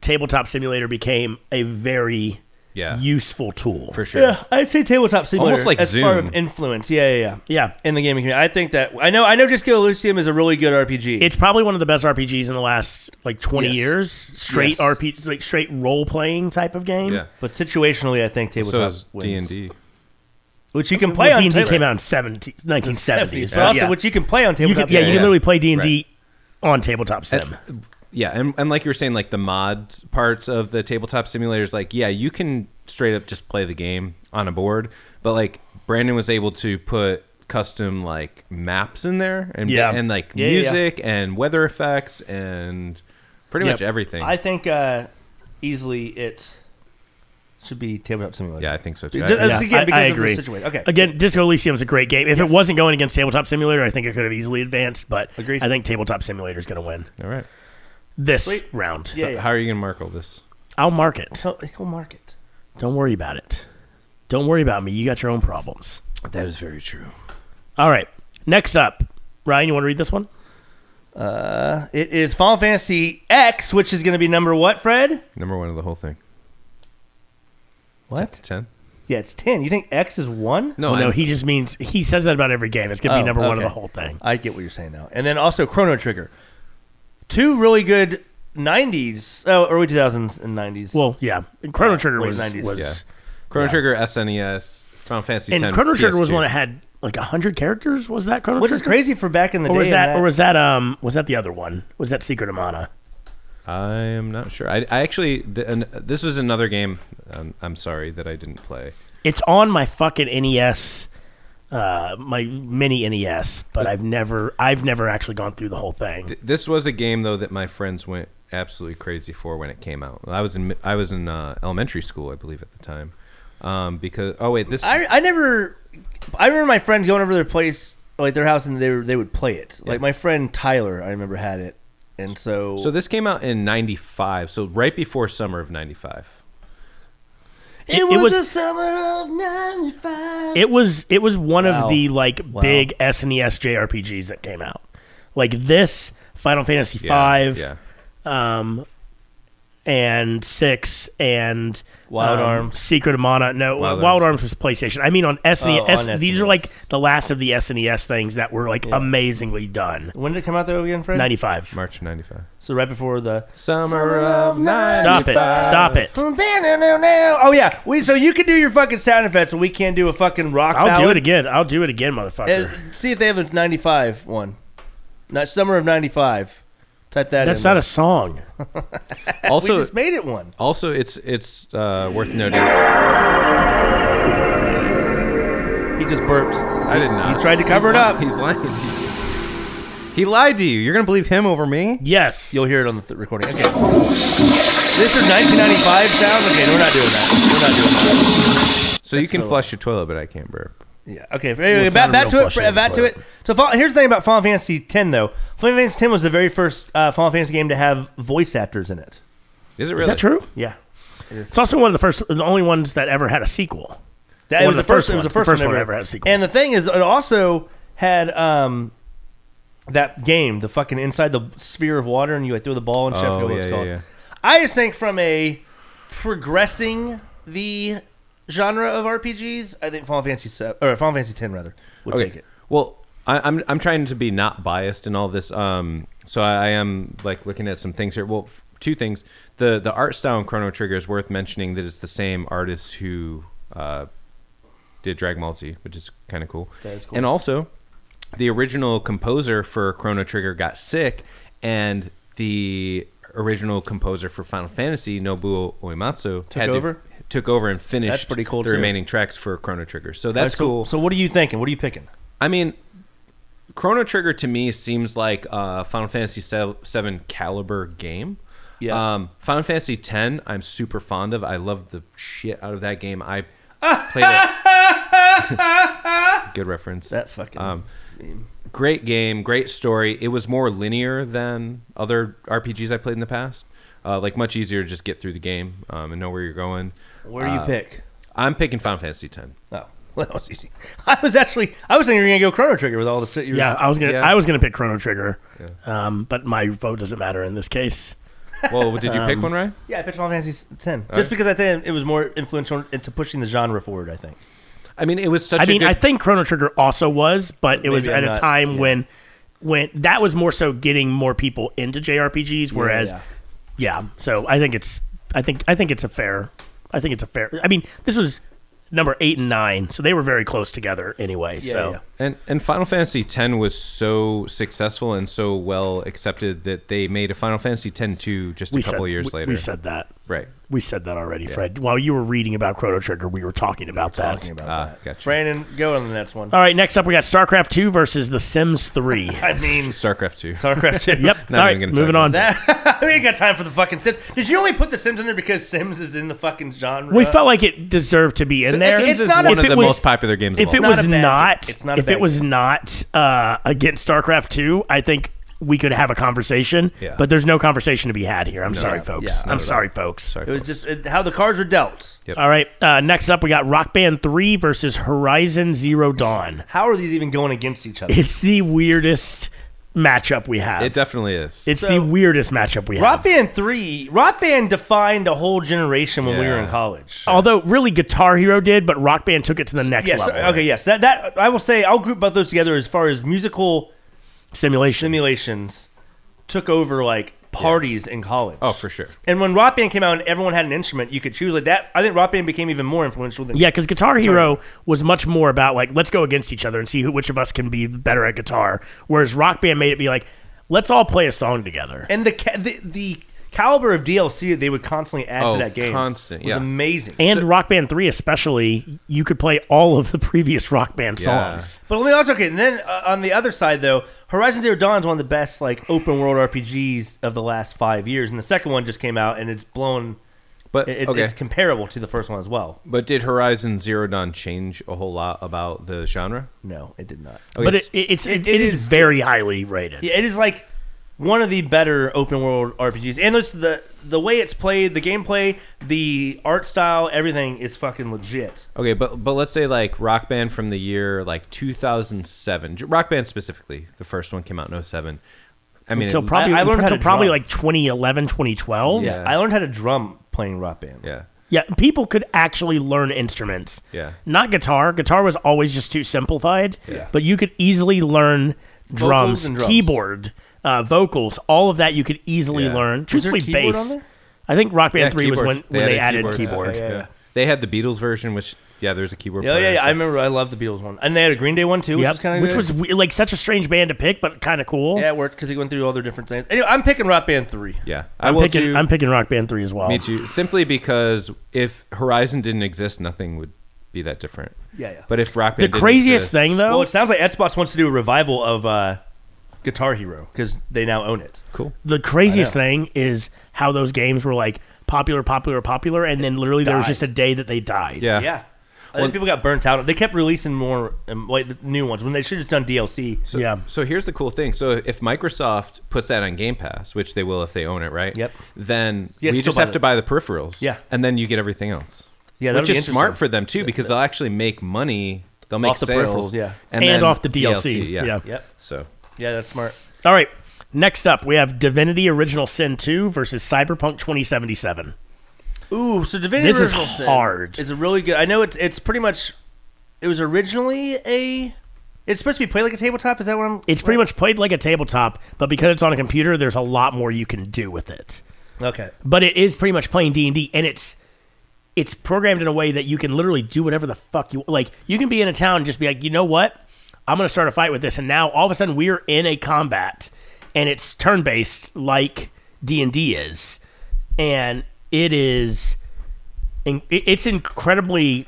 Speaker 3: Tabletop Simulator became a very
Speaker 2: Yeah.
Speaker 3: useful tool
Speaker 2: for sure.
Speaker 1: Yeah, I'd say Tabletop Simulator
Speaker 2: Almost like
Speaker 1: as far
Speaker 2: Zoom.
Speaker 1: of influence. Yeah, yeah, yeah.
Speaker 3: Yeah,
Speaker 1: in the gaming community, I think that I know. I know Disco Elysium is a really good RPG.
Speaker 3: It's probably one of the best RPGs in the last like 20
Speaker 1: Yes.
Speaker 3: years.
Speaker 1: Yes.
Speaker 3: Straight RPG, like straight role playing type of game.
Speaker 2: Yeah.
Speaker 1: but situationally, I think
Speaker 2: So
Speaker 1: Tabletop
Speaker 2: is D
Speaker 1: wins.
Speaker 2: and D.
Speaker 1: which you can play
Speaker 3: well,
Speaker 1: on.
Speaker 3: D&D
Speaker 1: Tabletop.
Speaker 3: came out in 70, 1970.
Speaker 1: So also, which you can play on
Speaker 3: You
Speaker 1: Tabletop.
Speaker 3: can- yeah, you
Speaker 1: Simulator.
Speaker 3: can literally play D&D on Tabletop Sim.
Speaker 2: yeah and, and like you were saying like the mod parts of the tabletop simulators like yeah you can straight up just play the game on a board but like brandon was able to put custom like maps in there and
Speaker 3: Yeah.
Speaker 2: and like
Speaker 1: Yeah, yeah, yeah.
Speaker 2: music and weather effects and pretty
Speaker 3: Yep.
Speaker 2: much everything
Speaker 1: I think uh, easily it should be Tabletop Simulator.
Speaker 2: yeah i think so too
Speaker 1: Just-
Speaker 2: I-
Speaker 1: uh,
Speaker 3: Yeah,
Speaker 1: again,
Speaker 3: I-
Speaker 1: because
Speaker 3: I
Speaker 1: of the
Speaker 3: agree.
Speaker 1: situation. Okay.
Speaker 3: Again, Disco Elysium is a great game. If it wasn't going against Tabletop Simulator, I think it could have easily advanced. But
Speaker 1: Agreed.
Speaker 3: I think Tabletop Simulator is going to win
Speaker 2: all right
Speaker 3: this
Speaker 1: Sweet.
Speaker 3: round.
Speaker 1: Yeah, yeah.
Speaker 2: how are you gonna mark all this
Speaker 3: I'll mark it.
Speaker 1: So he'll mark it.
Speaker 3: Don't worry about it. Don't worry about me. You got your own problems.
Speaker 2: that is very true
Speaker 3: All right. Next up, Ryan, you want to read this one?
Speaker 1: Uh, it is Final Fantasy X, which is going to be number what, Fred?
Speaker 2: number one of the whole thing
Speaker 1: What?
Speaker 2: ten
Speaker 1: Yeah, it's ten. You think X is one?
Speaker 2: no
Speaker 3: well, Oh, no,
Speaker 2: I'm-
Speaker 3: he just means he says that about every game. It's going to
Speaker 1: Oh,
Speaker 3: be number one of
Speaker 1: okay.
Speaker 3: the whole thing.
Speaker 1: I get what you're saying now. And then also Chrono Trigger, two really good '90s, oh, early 2000s and '90s.
Speaker 3: Well, yeah. And Chrono
Speaker 1: Yeah,
Speaker 3: Trigger
Speaker 1: late
Speaker 3: was.
Speaker 1: 90s.
Speaker 3: was
Speaker 2: yeah chrono trigger snes final fantasy
Speaker 3: And
Speaker 2: 10
Speaker 3: Chrono Trigger was
Speaker 2: PS2.
Speaker 3: one that had like 100 characters. Was that Chrono
Speaker 1: which is
Speaker 3: Trigger?
Speaker 1: crazy for back in the
Speaker 3: Or
Speaker 1: day.
Speaker 3: was
Speaker 1: and
Speaker 3: that, or was that um was that the other one? Was that Secret of Mana?
Speaker 2: I am not sure. I, I actually, th- an, this was another game. Um, I'm sorry that I didn't play.
Speaker 3: It's on my fucking NES, uh, my mini NES, but I've never I've never actually gone through the whole thing.
Speaker 2: Th- This was a game though that my friends went absolutely crazy for when it came out. I was in mi- I was in uh, elementary school, I believe, at the time. Um, because oh wait, this
Speaker 1: I I never. I remember my friends going over to their place, like their house, and they were, they would play it. Like my friend Tyler, I remember had it, And so,
Speaker 2: So this came out in 95, so right before summer of 95.
Speaker 1: it,
Speaker 3: was
Speaker 1: was
Speaker 3: was-
Speaker 1: the
Speaker 3: the
Speaker 1: summer of '95.
Speaker 3: It was it was one
Speaker 1: Wow.
Speaker 3: of the like
Speaker 1: Wow.
Speaker 3: big E SNES JRPGs that came out. Like this Final Fantasy
Speaker 2: Yeah,
Speaker 3: V, um, and six and
Speaker 1: Wild
Speaker 3: um,
Speaker 1: Arms.
Speaker 3: Secret of Mana. No,
Speaker 1: Wild
Speaker 3: Wild, Arms. was PlayStation. I mean on SNES.
Speaker 1: Oh, on
Speaker 3: These are like the last of the SNES things that were like amazingly done.
Speaker 1: When did it come out though again, Fred?
Speaker 3: Ninety five.
Speaker 2: March 95.
Speaker 1: So right before the
Speaker 2: Summer of 95.
Speaker 3: Stop it! Stop it!
Speaker 1: Oh yeah, we. So you can do your fucking sound effects, and we can't do a fucking rock.
Speaker 3: I'll
Speaker 1: ballad.
Speaker 3: do it again. I'll do it again, motherfucker.
Speaker 1: And see if they have a '95 one. Not summer of '95. Type that.
Speaker 3: That's
Speaker 1: in
Speaker 3: not
Speaker 1: there.
Speaker 3: a song.
Speaker 2: Also,
Speaker 1: we just made it one.
Speaker 2: also it's it's uh, worth noting. I
Speaker 1: He just burped.
Speaker 2: did not.
Speaker 1: He tried to cover
Speaker 2: He's
Speaker 1: it
Speaker 2: lying-
Speaker 1: up.
Speaker 2: He's lying to you. He lied to you. You're going to believe him over me?
Speaker 3: Yes.
Speaker 1: You'll hear it on the th- recording. Okay. This is 1995 sounds. Okay, we're not doing that. We're not doing that.
Speaker 2: So you can
Speaker 1: so
Speaker 2: flush your toilet, but I can't burp.
Speaker 1: Yeah. Okay. Anyway,
Speaker 3: it's
Speaker 1: back,
Speaker 3: not
Speaker 1: back
Speaker 3: a real
Speaker 1: to it.
Speaker 3: flush down the
Speaker 1: Back to it.
Speaker 3: toilet.
Speaker 1: So Fa- here's the thing about Final Fantasy X, though. Final Fantasy X was the very first uh, Final Fantasy game to have voice actors in it.
Speaker 2: Is it really?
Speaker 3: Is that true?
Speaker 1: Yeah.
Speaker 3: It's also one of the first, the only ones that ever had a sequel.
Speaker 1: That
Speaker 3: One
Speaker 1: it
Speaker 3: of
Speaker 1: was
Speaker 3: the
Speaker 1: the first. It was
Speaker 3: first
Speaker 1: the
Speaker 3: ones. The
Speaker 1: first,
Speaker 3: first
Speaker 1: one
Speaker 3: one
Speaker 1: ever.
Speaker 3: ever had a sequel.
Speaker 1: And the thing is, it also had um, that game, the fucking inside the sphere of water, and you like, throw the ball and shit. I forget
Speaker 2: Oh,
Speaker 1: what
Speaker 2: yeah,
Speaker 1: it's
Speaker 2: yeah,
Speaker 1: called.
Speaker 2: yeah.
Speaker 1: I just think from a progressing the genre of RPGs, I think Final Fantasy se- or Final Fantasy Ten rather would take it.
Speaker 2: Well, I, I'm I'm trying to be not biased in all this. Um, so I, I am like looking at some things here. Well, f- two things. The the art style in Chrono Trigger is worth mentioning that it's the same artist who uh, did Dragon Ball Z, which is kind of cool.
Speaker 1: That is cool.
Speaker 2: And also, the original composer for Chrono Trigger got sick, and the original composer for Final Fantasy, Nobuo Uematsu, took
Speaker 1: over?
Speaker 2: took over and finished
Speaker 1: pretty cool,
Speaker 2: the
Speaker 1: too.
Speaker 2: remaining tracks for Chrono Trigger. So that's
Speaker 1: So-
Speaker 2: cool.
Speaker 1: So what are you thinking? What are you picking?
Speaker 2: I mean, Chrono Trigger to me seems like a Final Fantasy VII caliber game.
Speaker 1: Yeah.
Speaker 2: Um, Final Fantasy X, I'm super fond of. I love the shit out of that game. I played it. Good reference.
Speaker 1: That fucking
Speaker 2: Um, great game, great story. It was more linear than other RPGs I played in the past. Uh, like much easier to just get through the game um, and know where you're going.
Speaker 1: Where do you
Speaker 2: uh,
Speaker 1: pick?
Speaker 2: I'm picking Final Fantasy X.
Speaker 1: Oh, well, that was easy. I was actually I was thinking you were gonna go Chrono Trigger with all the shit you were
Speaker 3: Yeah, I was gonna,
Speaker 2: Yeah.
Speaker 3: I was gonna pick Chrono Trigger, um, but my vote doesn't matter in this case.
Speaker 2: Well, did you pick one, right?
Speaker 1: Yeah, I picked Final Fantasy ten just because I think it was more influential into pushing the genre forward. I think.
Speaker 2: I mean, it was such.
Speaker 3: I
Speaker 2: a
Speaker 3: mean,
Speaker 2: good...
Speaker 3: I think Chrono Trigger also was, but it was
Speaker 1: Maybe I'm
Speaker 3: at a
Speaker 1: not-
Speaker 3: time
Speaker 1: yeah.
Speaker 3: when, when that was more so getting more people into JRPGs, whereas,
Speaker 1: yeah.
Speaker 3: yeah, So I think it's, I think, I think it's a fair, I think it's a fair. I mean, this was number eight and nine, so they were very close together anyway. so
Speaker 1: yeah.
Speaker 2: And and Final Fantasy X was so successful and so well accepted that they made a Final Fantasy X two just a
Speaker 3: we
Speaker 2: couple
Speaker 3: said,
Speaker 2: years
Speaker 3: we-
Speaker 2: later.
Speaker 3: we said that.
Speaker 2: right.
Speaker 3: We said that already, Fred. While you were reading about Chrono Trigger, we were talking about that.
Speaker 2: Ah, gotcha.
Speaker 1: Brandon, go on the next one.
Speaker 3: All right, next up we got StarCraft 2 versus The Sims 3.
Speaker 1: I mean,
Speaker 2: Starcraft two.
Speaker 1: StarCraft two.
Speaker 3: yep.
Speaker 2: Not
Speaker 3: All
Speaker 2: even
Speaker 3: right,
Speaker 2: gonna
Speaker 3: moving
Speaker 2: talk
Speaker 3: on.
Speaker 1: That, we ain't got time for the fucking Sims. Did you only put the Sims in there because Sims is in the fucking genre?
Speaker 3: we felt like it deserved to be in there.
Speaker 2: Sims
Speaker 1: it's
Speaker 2: is
Speaker 1: not-
Speaker 2: one
Speaker 1: if
Speaker 2: of
Speaker 1: it
Speaker 2: the
Speaker 1: was-
Speaker 2: most popular games.
Speaker 3: if
Speaker 2: of all
Speaker 3: it
Speaker 1: not a
Speaker 2: time.
Speaker 3: was
Speaker 1: bad
Speaker 3: not,
Speaker 1: game. It's not a
Speaker 3: if
Speaker 1: bad
Speaker 3: it was
Speaker 1: game.
Speaker 3: not uh, against StarCraft 2, I think we could have a conversation.
Speaker 2: Yeah.
Speaker 3: But there's no conversation to be had here. I'm sorry,
Speaker 1: yeah,
Speaker 3: folks.
Speaker 1: yeah, not
Speaker 3: I'm
Speaker 1: at
Speaker 3: sorry, folks.
Speaker 1: it was just it, how the cards were dealt.
Speaker 2: Yep.
Speaker 3: All right, uh, next up we got Rock Band 3 versus Horizon Zero Dawn.
Speaker 1: How are these even going against each other?
Speaker 3: It's the weirdest matchup we have.
Speaker 2: it definitely is.
Speaker 3: it's
Speaker 1: So-
Speaker 3: the weirdest matchup we have.
Speaker 1: Rock Band three. Rock Band defined a whole generation when we were
Speaker 2: Yeah.
Speaker 1: in college.
Speaker 3: Although really Guitar Hero did, but Rock Band took it to the next
Speaker 1: Yes.
Speaker 3: Oh,
Speaker 1: uh,
Speaker 3: level.
Speaker 1: Okay. Yes. That that I will say I'll group both those together as far as musical
Speaker 3: Simulation.
Speaker 1: simulations took over like parties in college.
Speaker 2: oh, for sure.
Speaker 1: And when Rock Band came out and everyone had an instrument, you could choose like that. I think Rock Band became even more influential than
Speaker 3: yeah, because Guitar Hero was much more about like let's go against each other and see who which of us can be better at guitar. Whereas Rock Band made it be like let's all play a song together.
Speaker 1: And the ca- the, the caliber of DLC that they would constantly add
Speaker 2: Oh,
Speaker 1: to that game,
Speaker 2: constant,
Speaker 1: was
Speaker 2: yeah.
Speaker 1: amazing.
Speaker 3: And Rock Band Three, especially, you could play all of the previous Rock Band
Speaker 2: Yeah.
Speaker 3: songs.
Speaker 1: but let me also okay. And then uh, on the other side, though, Horizon Zero Dawn is one of the best like open world RPGs of the last five years, and the second one just came out and it's blown.
Speaker 2: But
Speaker 1: It's,
Speaker 2: okay.
Speaker 1: it's comparable to the first one as well.
Speaker 2: but did Horizon Zero Dawn change a whole lot about the genre?
Speaker 1: No, it did not.
Speaker 2: Okay,
Speaker 3: But
Speaker 2: s-
Speaker 3: it, it, it's it,
Speaker 1: it
Speaker 3: it is,
Speaker 1: is-
Speaker 3: very highly rated.
Speaker 1: Yeah, it is like one of the better open world RPGs. And there's the the way it's played, the gameplay, the art style, everything is fucking legit.
Speaker 2: Okay, but but let's say like Rock Band from the year like 2007. J- Rock Band specifically, the first one came out in 07. I mean,
Speaker 3: until
Speaker 2: it-
Speaker 3: probably
Speaker 1: I- I learned how
Speaker 3: until
Speaker 1: to
Speaker 3: probably
Speaker 1: drum.
Speaker 3: like 2011, 2012.
Speaker 1: Yeah. I learned how to drum playing Rock Band.
Speaker 2: Yeah.
Speaker 3: Yeah, people could actually learn instruments.
Speaker 1: Yeah.
Speaker 3: Not guitar. Guitar was always just too simplified.
Speaker 1: Yeah.
Speaker 3: But you could easily learn drums,
Speaker 1: Vocals and drums.
Speaker 3: keyboard, uh, vocals, all of that you could easily
Speaker 2: Yeah.
Speaker 3: learn.
Speaker 1: Was there
Speaker 3: Truthfully,
Speaker 1: keyboard
Speaker 3: bass.
Speaker 1: on there?
Speaker 3: I think Rock Band 3 was
Speaker 2: keyboard.
Speaker 3: when, when they added
Speaker 2: keyboards.
Speaker 3: keyboard.
Speaker 1: Yeah, yeah, yeah.
Speaker 2: They had the Beatles version, which yeah, there's a keyboard.
Speaker 1: Oh, Yeah, yeah,
Speaker 2: player,
Speaker 1: yeah.
Speaker 2: so-
Speaker 1: I remember. I loved the Beatles one, and they had a Green Day one too, which
Speaker 3: Yep,
Speaker 1: was kind of
Speaker 3: which was we- like such a strange band to pick, but kind of cool.
Speaker 1: yeah, it worked because he went through all their different things. Anyway, I'm picking Rock Band three.
Speaker 2: Yeah, I
Speaker 3: I'm
Speaker 2: will
Speaker 3: picking.
Speaker 2: too.
Speaker 3: I'm picking Rock Band three as well.
Speaker 2: Me too. Simply because if Horizon didn't exist, nothing would be that different.
Speaker 1: Yeah, yeah.
Speaker 2: But if Rock
Speaker 3: The
Speaker 2: Band didn't
Speaker 3: craziest
Speaker 2: exist-
Speaker 3: thing though.
Speaker 1: Well, it sounds like Xbox wants to do a revival of uh, Guitar Hero because they now own it.
Speaker 2: Cool.
Speaker 3: the craziest
Speaker 1: I know.
Speaker 3: thing is how those games were like popular, popular, popular, and then literally there was
Speaker 1: died.
Speaker 3: just a day that they died.
Speaker 2: Yeah.
Speaker 1: Yeah. I think people got burnt out. They kept releasing more um, like the new ones when they should have done DLC.
Speaker 2: So,
Speaker 3: Yeah.
Speaker 2: So here's the cool thing. So if Microsoft puts that on Game Pass, which they will if they own it, right?
Speaker 1: Yep.
Speaker 2: Then
Speaker 1: Yeah,
Speaker 2: we
Speaker 1: still
Speaker 2: just
Speaker 1: buy
Speaker 2: have
Speaker 1: the-
Speaker 2: to buy the peripherals.
Speaker 1: Yeah.
Speaker 2: And then you get everything else.
Speaker 1: Yeah, that'll
Speaker 2: which
Speaker 1: be
Speaker 2: is smart
Speaker 1: interesting.
Speaker 2: for them too because they'll actually make money. They'll make
Speaker 1: Off the peripherals,
Speaker 2: sales,
Speaker 1: yeah.
Speaker 3: And
Speaker 2: then
Speaker 3: off the DLC, yeah.
Speaker 1: Yep.
Speaker 2: So
Speaker 1: Yeah, that's smart.
Speaker 3: All right. Next up, we have Divinity Original Sin 2 versus Cyberpunk 2077.
Speaker 1: Ooh, so Divinity
Speaker 3: This is
Speaker 1: Original Sin
Speaker 3: hard.
Speaker 1: Is a really good. I know it's it's pretty much. It was originally a. It's supposed to be played like a tabletop. Is that what I'm?
Speaker 3: It's pretty much played like a tabletop, but because it's on a computer, there's a lot more you can do with it.
Speaker 1: Okay.
Speaker 3: But it is pretty much playing D&D and it's it's programmed in a way that you can literally do whatever the fuck you like. You can be in a town and just be like, "You know what? I'm going to start a fight with this." And now all of a sudden we're in a combat and it's turn-based like D&D is. And it is in- it- it's incredibly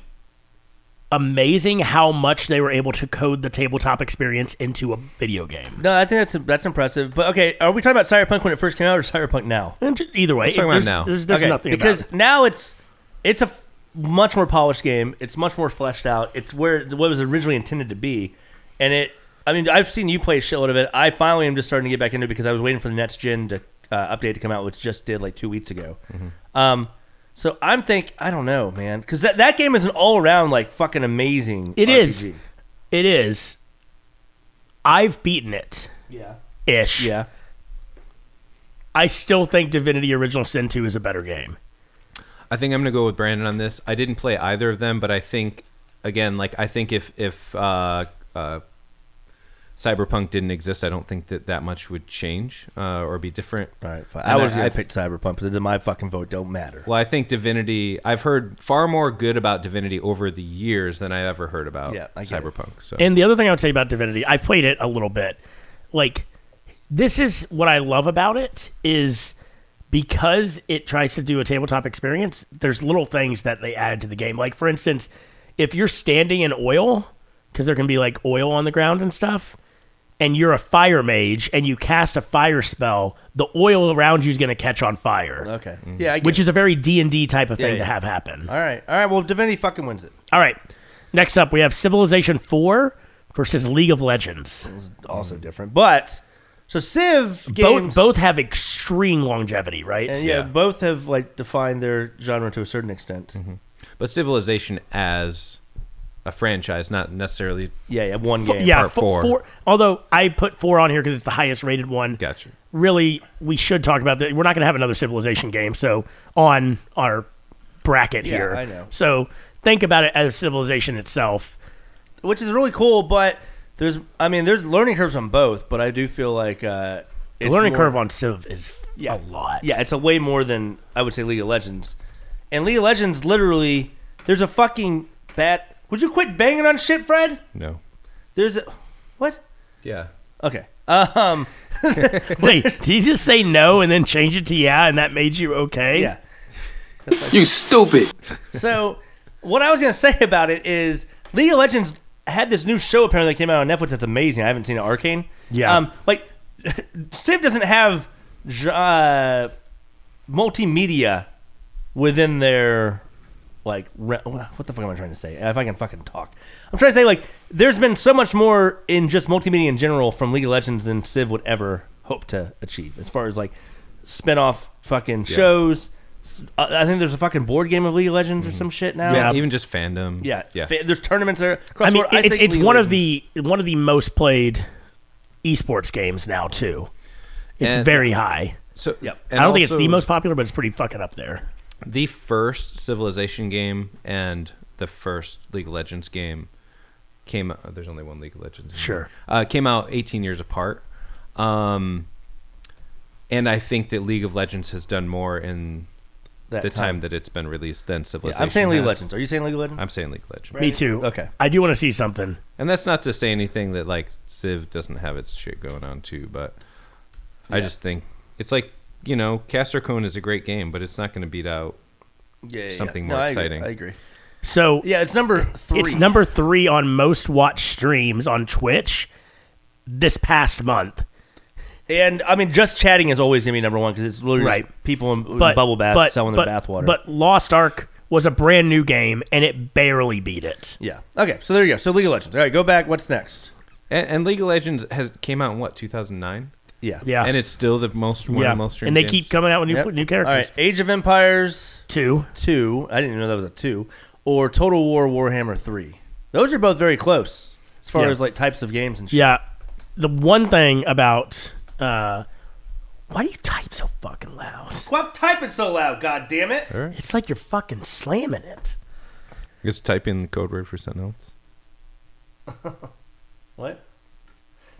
Speaker 3: amazing how much they were able to code the tabletop experience into a video game.
Speaker 1: No, I think that's that's impressive. But okay, are we talking about Cyberpunk when it first came out or Cyberpunk now?
Speaker 3: And t- either way,
Speaker 2: Let's talk about
Speaker 3: there's,
Speaker 2: it now.
Speaker 3: there's, there's
Speaker 1: okay,
Speaker 3: nothing about
Speaker 1: because
Speaker 3: it.
Speaker 1: now it's it's a f- much more polished game. It's much more fleshed out. It's where what it was originally intended to be, and it. I mean, I've seen you play a shitload of it. I finally am just starting to get back into it because I was waiting for the next gen to uh, update to come out, which just did like two weeks ago. Um, so I'm think I don't know, man, because that, that game is an all around like fucking amazing.
Speaker 3: It is.
Speaker 1: RPG.
Speaker 3: It is. I've beaten it
Speaker 1: Yeah.
Speaker 3: ish.
Speaker 1: Yeah.
Speaker 3: I still think Divinity Original Sin 2 is a better game.
Speaker 2: I think I'm gonna go with Brandon on this. I didn't play either of them, but I think again, like I think if if uh, uh, Cyberpunk didn't exist, I don't think that that much would change uh, or be different.
Speaker 1: All right. Fine.
Speaker 2: And
Speaker 1: I was
Speaker 2: I-
Speaker 1: gonna
Speaker 2: I-
Speaker 1: pick Cyberpunk, but it didn't- my fucking vote don't matter.
Speaker 2: Well, I think Divinity. I've heard far more good about Divinity over the years than I ever heard about
Speaker 1: Yeah, I get it.
Speaker 2: Cyberpunk. So
Speaker 3: And the other thing I would say about Divinity, I've played it a little bit. Like, this is what I love about it is because it tries to do a tabletop experience, there's little things that they added to the game. Like, for instance, if you're standing in oil, because there can be like oil on the ground and stuff, and you're a fire mage and you cast a fire spell, the oil around you is going to catch on fire.
Speaker 1: Okay. Yeah. I get
Speaker 3: Which
Speaker 1: it.
Speaker 3: is a very D&D type of thing
Speaker 1: Yeah,
Speaker 3: to
Speaker 1: yeah.
Speaker 3: have happen.
Speaker 1: all right. All right. Well, Divinity fucking wins it.
Speaker 3: All right. Next up, we have Civilization 4 versus League of Legends.
Speaker 1: also different. But so Civ games
Speaker 3: Both both have extreme longevity, right?
Speaker 1: and yeah,
Speaker 2: yeah.
Speaker 1: both have like defined their genre to a certain extent.
Speaker 3: Mm-hmm.
Speaker 2: but Civilization as a franchise, not necessarily.
Speaker 1: Yeah, yeah, one
Speaker 3: Fo-
Speaker 1: game.
Speaker 3: yeah,
Speaker 2: part
Speaker 3: fo-
Speaker 2: four.
Speaker 3: Although I put four on here because it's the highest rated one.
Speaker 2: Gotcha.
Speaker 3: Really, we should talk about that. We're not going to have another Civilization game, so on our bracket
Speaker 1: Yeah,
Speaker 3: here.
Speaker 1: I know.
Speaker 3: So think about it as Civilization itself.
Speaker 1: which is really cool. But there's, I mean, there's learning curves on both. But I do feel like uh,
Speaker 3: The
Speaker 1: it's
Speaker 3: learning
Speaker 1: more-
Speaker 3: curve on Civ is
Speaker 1: Yeah.
Speaker 3: a lot.
Speaker 1: Yeah, it's a way more than I would say League of Legends. And League of Legends, literally, there's a fucking bat. Would you quit banging on shit, Fred?
Speaker 2: No.
Speaker 1: There's a what?
Speaker 2: Yeah.
Speaker 1: Okay. Um.
Speaker 3: Wait, did you just say no and then change it to yeah, and that made you okay?
Speaker 1: Yeah.
Speaker 10: You stupid.
Speaker 1: So, what I was going to say about it is League of Legends had this new show apparently that came out on Netflix that's amazing. I haven't seen it, Arcane.
Speaker 3: Yeah.
Speaker 1: Um, like, Civ doesn't have uh, multimedia within their, like, re- what the fuck am I trying to say? If I can fucking talk. I'm trying to say, like, there's been so much more in just multimedia in general from League of Legends than Civ would ever hope to achieve as far as like spin off fucking shows. Uh, I I think there's a fucking board game of League of Legends or some shit now.
Speaker 2: Yeah, even just fandom.
Speaker 1: Yeah,
Speaker 2: yeah.
Speaker 1: Fa- There's tournaments there.
Speaker 3: I mean,
Speaker 1: Crossword, I
Speaker 3: it's
Speaker 1: think
Speaker 3: it's
Speaker 1: League
Speaker 3: one of the one of the most played esports games now too. It's
Speaker 2: And-
Speaker 3: very high.
Speaker 2: So
Speaker 3: I
Speaker 2: and
Speaker 3: don't think it's
Speaker 2: also-
Speaker 3: the most popular, but it's pretty fucking up there.
Speaker 2: the first Civilization game and the first League of Legends game came. uh, There's only one League of Legends. game.
Speaker 3: Sure.
Speaker 2: uh, came out 18 years apart. Um, and I think that League of Legends has done more in
Speaker 1: That
Speaker 2: the time.
Speaker 1: time.
Speaker 2: that it's been released than
Speaker 1: Yeah,
Speaker 2: Civilization.
Speaker 1: I'm saying League of
Speaker 2: has.
Speaker 1: Legends. Are you saying League of Legends?
Speaker 2: I'm saying League of Legends.
Speaker 3: Me too.
Speaker 1: Okay.
Speaker 3: I do want to see something.
Speaker 2: And that's not to say anything that like Civ doesn't have its shit going on too, but I
Speaker 1: Yeah.
Speaker 2: just think it's like you know, Castercone is a great game, but it's not going to beat out
Speaker 1: Yeah, yeah, yeah.
Speaker 2: something
Speaker 1: No,
Speaker 2: more
Speaker 1: I agree.
Speaker 2: exciting.
Speaker 1: I agree.
Speaker 3: So
Speaker 1: yeah, it's number three.
Speaker 3: It's number three on most watched streams on Twitch this past month.
Speaker 1: And I mean, just chatting is always gonna be number one because it's literally
Speaker 3: Right.
Speaker 1: just people in, in
Speaker 3: But
Speaker 1: bubble baths
Speaker 3: but,
Speaker 1: selling
Speaker 3: but,
Speaker 1: their bathwater.
Speaker 3: But Lost Ark was a brand new game, and it barely beat it.
Speaker 1: yeah, okay. So there you go. So League of Legends. All right, go back. What's next?
Speaker 2: And, and League of Legends has came out in what 2009.
Speaker 1: Yeah,
Speaker 3: Yeah.
Speaker 2: And it's still the most one
Speaker 3: Ah. Yeah.
Speaker 2: of the most.
Speaker 3: And they keep coming out with new- new characters.
Speaker 1: All right, Age of Empires
Speaker 3: two,
Speaker 1: two. I didn't even know that was a two. Or Total War Warhammer three. Those are both very close as far
Speaker 3: Yeah.
Speaker 1: as like types of games and shit.
Speaker 3: Yeah. The one thing about uh, why do you type so fucking loud?
Speaker 1: Stop typing so loud, god damn it!
Speaker 2: All right.
Speaker 3: It's like you're fucking slamming it.
Speaker 2: Just type in the code word for something else.
Speaker 1: What?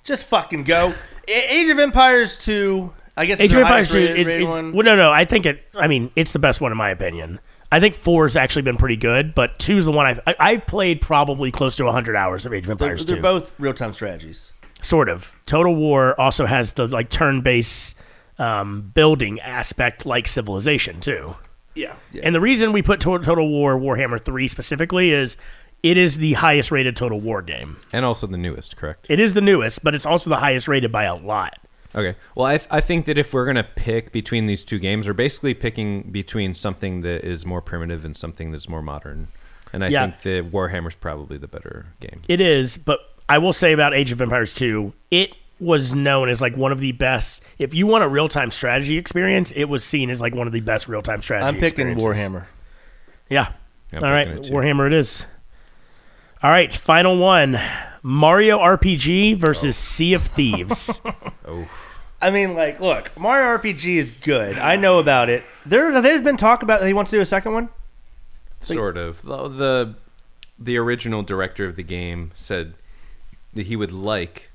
Speaker 1: Just fucking go. A- Age of Empires two. I guess
Speaker 3: Age
Speaker 1: it's
Speaker 3: of
Speaker 1: the
Speaker 3: Empires
Speaker 1: highest
Speaker 3: 2
Speaker 1: rated-
Speaker 3: is,
Speaker 1: rated
Speaker 3: is-
Speaker 1: one.
Speaker 3: well, no, no. I think it. I mean, it's the best one in my opinion. I think four's actually been pretty good, but two's the one I've I, I've played probably close to hundred hours of Age of
Speaker 1: They're,
Speaker 3: Empires
Speaker 1: they're
Speaker 3: two.
Speaker 1: both real time strategies.
Speaker 3: sort of. Total War also has the like turn based um, building aspect, like Civilization too.
Speaker 1: Yeah.
Speaker 3: And the reason we put Tot- Total War Warhammer three specifically is it is the highest rated Total War game.
Speaker 2: And also the newest, correct?
Speaker 3: It is the newest, but it's also the highest rated by a lot.
Speaker 2: Okay. Well, I, I think that if we're gonna pick between these two games, we're basically picking between something that is more primitive and something that's more modern. And I
Speaker 3: Yeah.
Speaker 2: think that Warhammer's probably the better game.
Speaker 3: It is, but I will say about Age of Empires 2, it was known as like one of the best. If you want a real time strategy experience, it was seen as like one of the best real time strategy.
Speaker 1: I'm picking
Speaker 3: experiences.
Speaker 1: Warhammer.
Speaker 3: Yeah.
Speaker 2: I'm
Speaker 3: All right,
Speaker 2: picking it too.
Speaker 3: Warhammer it is. All right, final one: Mario RPG versus
Speaker 1: Oh.
Speaker 3: Sea of Thieves.
Speaker 1: I mean, like, look, Mario RPG is good. I know about it. There, there's been talk about that he wants to do a second one.
Speaker 2: sort of. Though The the original director of the game said that he would like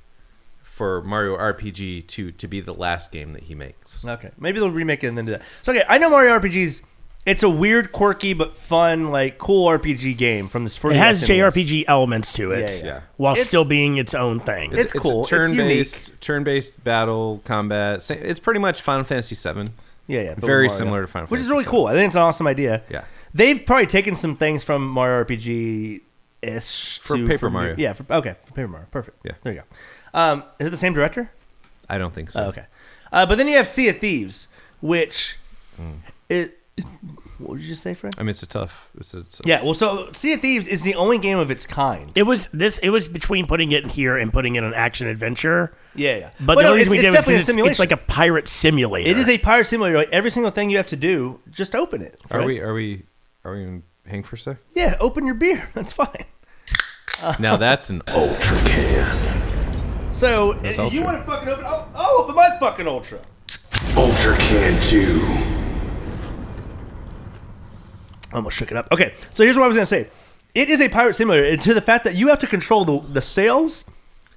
Speaker 2: for Mario RPG to to be the last game that he makes.
Speaker 1: Okay, maybe they'll remake it and then do that. So, okay, I know Mario RPGs. It's a weird, quirky, but fun, like, cool RPG game from this.
Speaker 3: it has JRPG elements to it,
Speaker 1: Yeah, yeah. Yeah.
Speaker 3: while
Speaker 1: It's-
Speaker 3: still being its own thing.
Speaker 1: It's cool. It's
Speaker 2: turn based, turn based battle combat. Sa- It's pretty much Final Fantasy VII.
Speaker 1: Yeah, yeah, but with
Speaker 2: very
Speaker 1: Mario.
Speaker 2: similar to Final
Speaker 1: which
Speaker 2: Fantasy.
Speaker 1: is really
Speaker 2: VII.
Speaker 1: cool. I think it's an awesome idea.
Speaker 2: Yeah.
Speaker 1: they've probably taken some things from Mario RPG ish
Speaker 2: For Paper Mario.
Speaker 1: Yeah, for, okay, for Paper Mario, perfect.
Speaker 2: Yeah.
Speaker 1: there you go. Um, is it the same director?
Speaker 2: I don't think so.
Speaker 1: Oh, okay. Uh, but then you have Sea of Thieves, which
Speaker 3: Mm.
Speaker 1: it. What would you just say, Fred?
Speaker 2: I mean, it's a tough. It's a, it's a-
Speaker 1: Yeah, well, so Sea of Thieves is the only game of its kind.
Speaker 3: It was this. It was between putting it in here and putting it in an action adventure.
Speaker 1: Yeah, yeah.
Speaker 3: But,
Speaker 1: But
Speaker 3: the
Speaker 1: no,
Speaker 3: only reason
Speaker 1: it's-
Speaker 3: we
Speaker 1: it's
Speaker 3: did was
Speaker 1: definitely a
Speaker 3: 'cause it's, it's
Speaker 1: simulation.
Speaker 3: like a pirate simulator.
Speaker 1: It is a pirate simulator. Like, every single thing you have to do, just open it.
Speaker 2: Are
Speaker 1: Fred.
Speaker 2: we? Are we? Are we gonna hang for a sec?
Speaker 1: Yeah, open your beer. That's fine.
Speaker 2: Now that's an oh, ultra can.
Speaker 1: So
Speaker 2: That's
Speaker 1: uh,
Speaker 2: Ultra.
Speaker 1: you want to fucking open? Oh, oh, open my fucking ultra.
Speaker 5: Ultra Can 2.
Speaker 1: I almost shook it up. Okay, so here's what I was gonna say. It is a pirate simulator and to the fact that you have to control the the sails.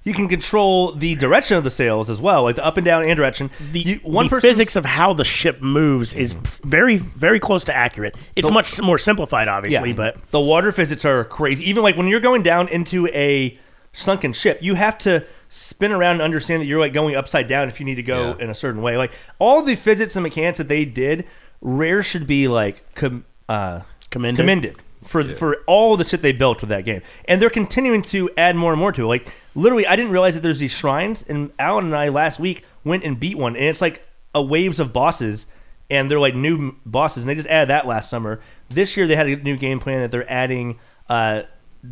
Speaker 1: You can control the direction of the sails as well, like the up and down and direction. The you, one Mm-hmm.
Speaker 3: the
Speaker 1: person's-
Speaker 3: physics of how the ship moves is very, very close to accurate. It's
Speaker 1: The-
Speaker 3: much more simplified, obviously, but
Speaker 1: the water physics are crazy. Even like when you're going down into a sunken ship, you have to spin around and understand that you're like going upside down if you need to go
Speaker 2: Yeah.
Speaker 1: in a certain way. Like all the physics and mechanics that they did, Rare should be like com- uh,
Speaker 3: Commended?
Speaker 1: for for all the shit they built with that game, and they're continuing to add more and more to it. Like literally, I didn't realize that there's these shrines, and Alan and I last week went and beat one, and it's like a waves of bosses, and they're like new m- bosses, and they just added that last summer. This year they had a new game plan that they're adding uh,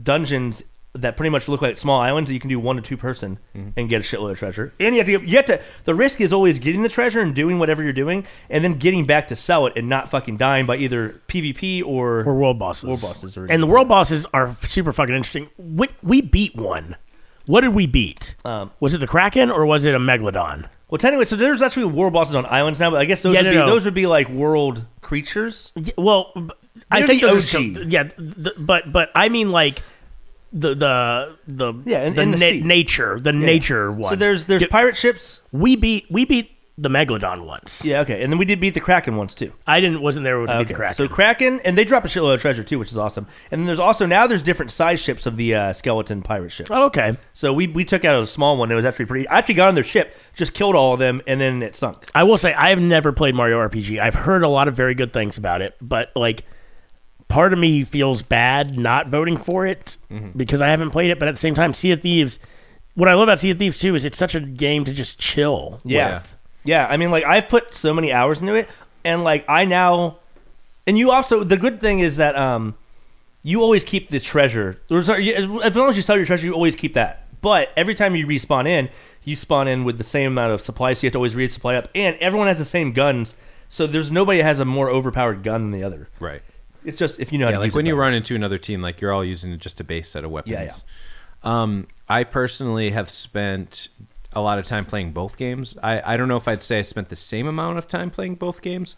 Speaker 1: dungeons that pretty much look like small islands that you can do one to two person
Speaker 3: Mm-hmm.
Speaker 1: and get a shitload of treasure. And you have to, you have to. The risk is always getting the treasure and doing whatever you're doing, and then getting back to sell it and not fucking dying by either PvP or
Speaker 3: or world bosses.
Speaker 1: World bosses, or
Speaker 3: and the world bosses are super fucking interesting. We, we beat one. What did we beat?
Speaker 1: Um,
Speaker 3: was it the Kraken or was it a Megalodon?
Speaker 1: Well, technically, so there's actually war bosses on islands now, but I guess those
Speaker 3: Yeah,
Speaker 1: would
Speaker 3: no,
Speaker 1: be
Speaker 3: no.
Speaker 1: those would be like world creatures.
Speaker 3: well, I
Speaker 1: They're
Speaker 3: think
Speaker 1: the
Speaker 3: those are
Speaker 1: OG.
Speaker 3: some- yeah, th- but but I mean like the the the
Speaker 1: Yeah, in-
Speaker 3: the,
Speaker 1: in the
Speaker 3: na-
Speaker 1: sea.
Speaker 3: nature the
Speaker 1: Yeah.
Speaker 3: nature
Speaker 1: So
Speaker 3: one.
Speaker 1: there's- there's pirate ships.
Speaker 3: We beat we beat the Megalodon once.
Speaker 1: Yeah, okay, and then we did beat the Kraken once too.
Speaker 3: I didn't wasn't there to
Speaker 1: Uh,
Speaker 3: beat the Kraken.
Speaker 1: So Kraken, and they drop a shitload of treasure too, which is awesome. And then there's also now there's different size ships of the uh, skeleton pirate ships.
Speaker 3: Oh, okay.
Speaker 1: So we, we took out a small one. It was actually pretty. I actually got on their ship, just killed all of them, and then it sunk.
Speaker 3: I will say I have never played Mario RPG. I've heard a lot of very good things about it, but like part of me feels bad not voting for it because I haven't played it, but at the same time Sea of Thieves what I love about Sea of Thieves too is it's such a game to just chill.
Speaker 1: Yeah.
Speaker 3: with.
Speaker 1: Yeah. I mean, like I've put so many hours into it, and like I now, and you also the good thing is that um, you always keep the treasure. There's- As long as you sell your treasure, you always keep that. But every time you respawn in, you spawn in with the same amount of supply, so you have to always resupply up. And everyone has the same guns, so there's nobody that has a more overpowered gun than the other.
Speaker 2: Right.
Speaker 1: It's just if you know how
Speaker 2: yeah,
Speaker 1: to
Speaker 2: like
Speaker 1: use
Speaker 2: when
Speaker 1: it.
Speaker 2: you run into another team, like you're all using just a base set of weapons.
Speaker 1: yeah.
Speaker 2: Um, I personally have spent a lot of time playing both games. I, I don't know if I'd say I spent the same amount of time playing both games.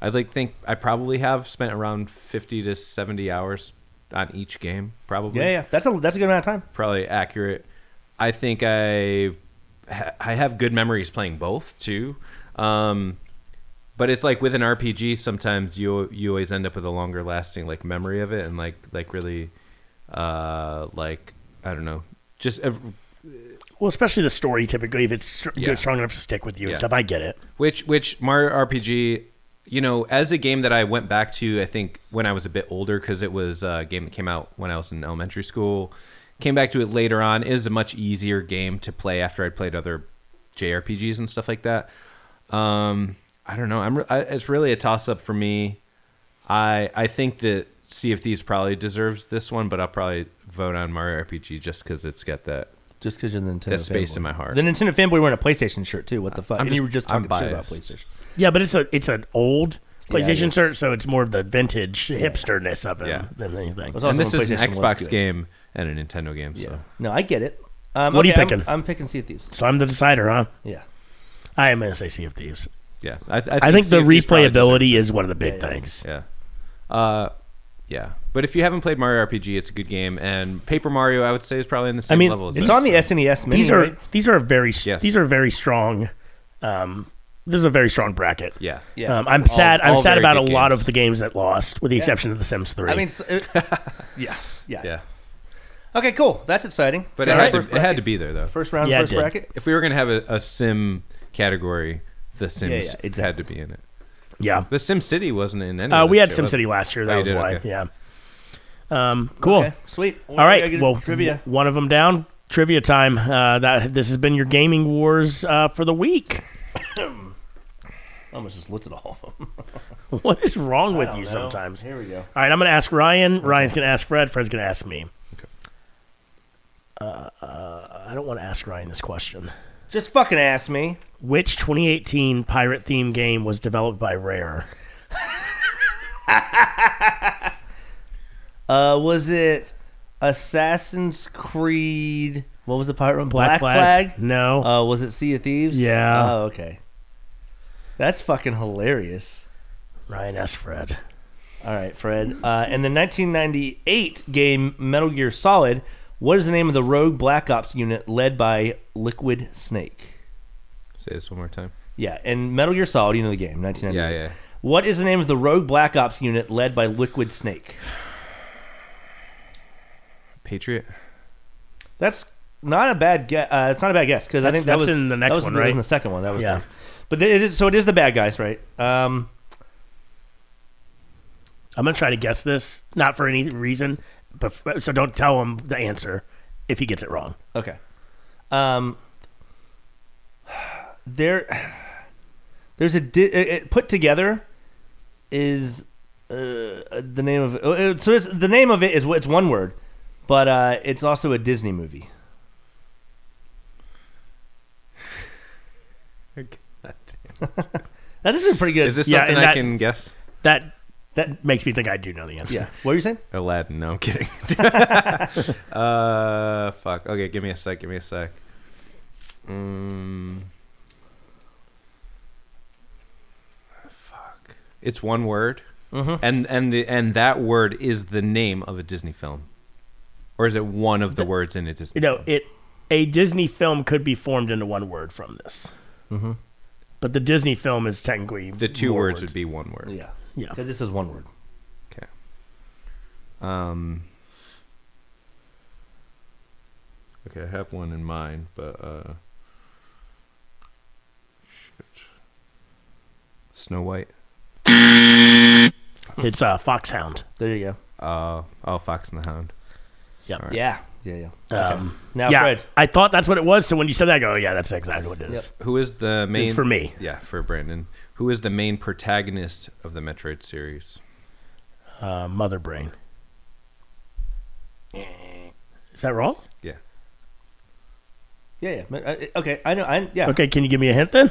Speaker 2: I like think I probably have spent around fifty to seventy hours on each game, probably.
Speaker 1: Yeah, yeah, that's a that's a good amount of time.
Speaker 2: Probably accurate. I think I ha- I have good memories playing both too. Um, but it's like with an RPG, sometimes you you always end up with a longer lasting like memory of it, and like like really, uh, like I don't know, just ev-
Speaker 3: Well, especially the story typically if it's str- good, strong enough to stick with you
Speaker 2: Yeah.
Speaker 3: and stuff. I get it.
Speaker 2: Which which Mario RPG, you know, as a game that I went back to, I think when I was a bit older because it was a game that came out when I was in elementary school. Came back to it later on. It is a much easier game to play after I played other JRPGs and stuff like that. Um, I don't know. I'm re- I, it's really a toss up for me. I I think that Sea of Thieves probably deserves this one, but I'll probably vote on Mario RPG just because it's got that
Speaker 1: just because you're the Nintendo
Speaker 2: that space
Speaker 1: fanboy.
Speaker 2: in my heart.
Speaker 1: The Nintendo fanboy wearing a PlayStation shirt too. What the fuck?
Speaker 2: I'm
Speaker 1: and you were just
Speaker 2: I'm
Speaker 1: talking shit about
Speaker 2: biased.
Speaker 1: PlayStation.
Speaker 3: Yeah, but it's a it's an old
Speaker 1: Yeah, it
Speaker 3: PlayStation
Speaker 1: is.
Speaker 3: shirt, so it's more of the vintage hipsterness of it than anything.
Speaker 2: And this is an Xbox game and a Nintendo game. So
Speaker 1: No, I get it. Um,
Speaker 3: What are you
Speaker 1: okay, I'm-
Speaker 3: picking?
Speaker 1: I'm, picking Sea of Thieves.
Speaker 3: So I'm the decider, huh?
Speaker 1: Yeah.
Speaker 3: I am going to say Sea of Thieves.
Speaker 2: Yeah.
Speaker 3: I,
Speaker 2: I th- I
Speaker 3: think,
Speaker 2: think Sea
Speaker 3: the
Speaker 2: of Thieves probably
Speaker 3: replayability is one of the big things.
Speaker 2: Yeah. Uh, yeah. But if you haven't played Mario RPG, it's a good game. And Paper Mario, I would say, is probably in the same
Speaker 3: I mean,
Speaker 2: level as
Speaker 3: it's
Speaker 2: this.
Speaker 3: on
Speaker 1: the E SNES
Speaker 3: These are
Speaker 2: right?
Speaker 3: these are very s- these are very strong. Um, this is a very strong bracket.
Speaker 2: Yeah.
Speaker 1: Yeah.
Speaker 3: Um, I'm
Speaker 1: All-
Speaker 3: sad. I'm
Speaker 1: all
Speaker 3: sad
Speaker 1: very
Speaker 3: about a
Speaker 1: good
Speaker 3: lot
Speaker 1: games.
Speaker 3: of the games that lost, with the
Speaker 1: Yeah.
Speaker 3: exception of The Sims Three.
Speaker 1: I mean, so, it- yeah, yeah,
Speaker 2: yeah.
Speaker 1: Okay, cool. That's exciting.
Speaker 2: But
Speaker 1: Got
Speaker 2: it
Speaker 1: our
Speaker 2: had, to,
Speaker 1: first
Speaker 2: it had
Speaker 1: bracket.
Speaker 2: to be there, though.
Speaker 1: First round, Yeah, it first did. bracket?
Speaker 2: If we were going to have a, a sim category, The Sims
Speaker 1: yeah,
Speaker 2: had to be in it.
Speaker 3: Yeah.
Speaker 2: The Sim City wasn't in any
Speaker 3: Uh,
Speaker 2: of
Speaker 3: we
Speaker 2: this
Speaker 3: had
Speaker 2: shit, was
Speaker 3: SimCity
Speaker 2: it?
Speaker 3: last year.
Speaker 2: Oh,
Speaker 3: That
Speaker 2: you
Speaker 3: was
Speaker 2: did,
Speaker 3: why.
Speaker 2: okay.
Speaker 3: Yeah. Um, cool.
Speaker 1: Okay, sweet.
Speaker 3: All
Speaker 1: Well, we
Speaker 3: right.
Speaker 1: gotta get
Speaker 3: well,
Speaker 1: trivia.
Speaker 3: w- one of them down. Trivia time. Uh, that this has been your gaming wars uh, for the week.
Speaker 1: I almost just looked at all of them.
Speaker 3: What is wrong
Speaker 1: I
Speaker 3: with
Speaker 1: don't
Speaker 3: you
Speaker 1: know.
Speaker 3: sometimes?
Speaker 1: Here we go.
Speaker 3: All right, I'm going to ask Ryan. Ryan's going to ask Fred. Fred's going to ask me. Uh, uh, I don't want to ask Ryan this question.
Speaker 1: Just fucking ask me.
Speaker 3: Which 2018 pirate themed game was developed by Rare?
Speaker 1: Uh, was it Assassin's Creed? What was the pirate one?
Speaker 3: Black Flag? No.
Speaker 1: Uh, was it Sea of Thieves?
Speaker 3: Yeah.
Speaker 1: Oh, okay. That's fucking hilarious.
Speaker 3: Ryan S. Fred.
Speaker 1: All right, Fred. Uh, in the 1998 game Metal Gear Solid, what is the name of the rogue Black Ops unit led by Liquid Snake?
Speaker 2: Say this one more time.
Speaker 1: Yeah, and Metal Gear Solid, you know the game, 1998.
Speaker 2: Yeah, yeah.
Speaker 1: What is the name of the rogue Black Ops unit led by Liquid Snake?
Speaker 2: Patriot?
Speaker 1: That's not a bad guess. Uh, it's not a bad guess because I
Speaker 3: That's-
Speaker 1: think that
Speaker 3: that's
Speaker 1: was
Speaker 3: in the next
Speaker 1: that was
Speaker 3: one,
Speaker 1: that was
Speaker 3: right?
Speaker 1: in the second one, that was
Speaker 3: Yeah.
Speaker 1: yeah. But it is, so it is the bad guys, right? Um,
Speaker 3: I'm going to try to guess this, not for any reason, but so don't tell him the answer if he gets it wrong.
Speaker 1: Okay. Um, there, there's a di- it, it- put together uh, is uh, the name of uh, so it's the name of it is it's one word, but uh, it's also a Disney movie. That is pretty good.
Speaker 2: Is this something
Speaker 3: and
Speaker 2: I
Speaker 3: that-
Speaker 2: can guess?
Speaker 3: That that makes me think I do know the answer.
Speaker 1: Yeah. What are you saying?
Speaker 2: Aladdin. No, I'm kidding. uh, fuck. Okay, give me a sec. Give me a sec. Um, fuck. It's one word,
Speaker 1: Mhm.
Speaker 2: and and the and that word is the name of a Disney film, or is it one of the, words in a Disney?
Speaker 3: You know, it a Disney film could be formed into one word from this.
Speaker 2: Mhm.
Speaker 3: But the Disney film is technically
Speaker 2: The two
Speaker 3: more
Speaker 2: words, would be one word.
Speaker 1: Yeah.
Speaker 3: Yeah.
Speaker 1: Because this is one word.
Speaker 2: Okay. Um. Okay, I have one in mind, but uh. Shit. Snow White.
Speaker 3: It's uh, Foxhound.
Speaker 1: There you
Speaker 2: go. Uh, oh, Fox and the Hound.
Speaker 3: Yeah.
Speaker 2: All right.
Speaker 1: Yeah. Yeah. Yeah. Okay.
Speaker 3: Um,
Speaker 1: now,
Speaker 3: yeah,
Speaker 1: Fred.
Speaker 3: I thought that's what it was. So when you said that, I go, oh, yeah, that's exactly what it is.
Speaker 2: Who is the main?
Speaker 3: for me.
Speaker 2: Yeah, for Brandon. Who is the main protagonist of the Metroid series?
Speaker 3: Uh, Mother Brain. Is that wrong?
Speaker 2: Yeah.
Speaker 1: Yeah. Yeah. But, uh, Okay. I know. I, yeah.
Speaker 3: Okay, can you give me a hint then?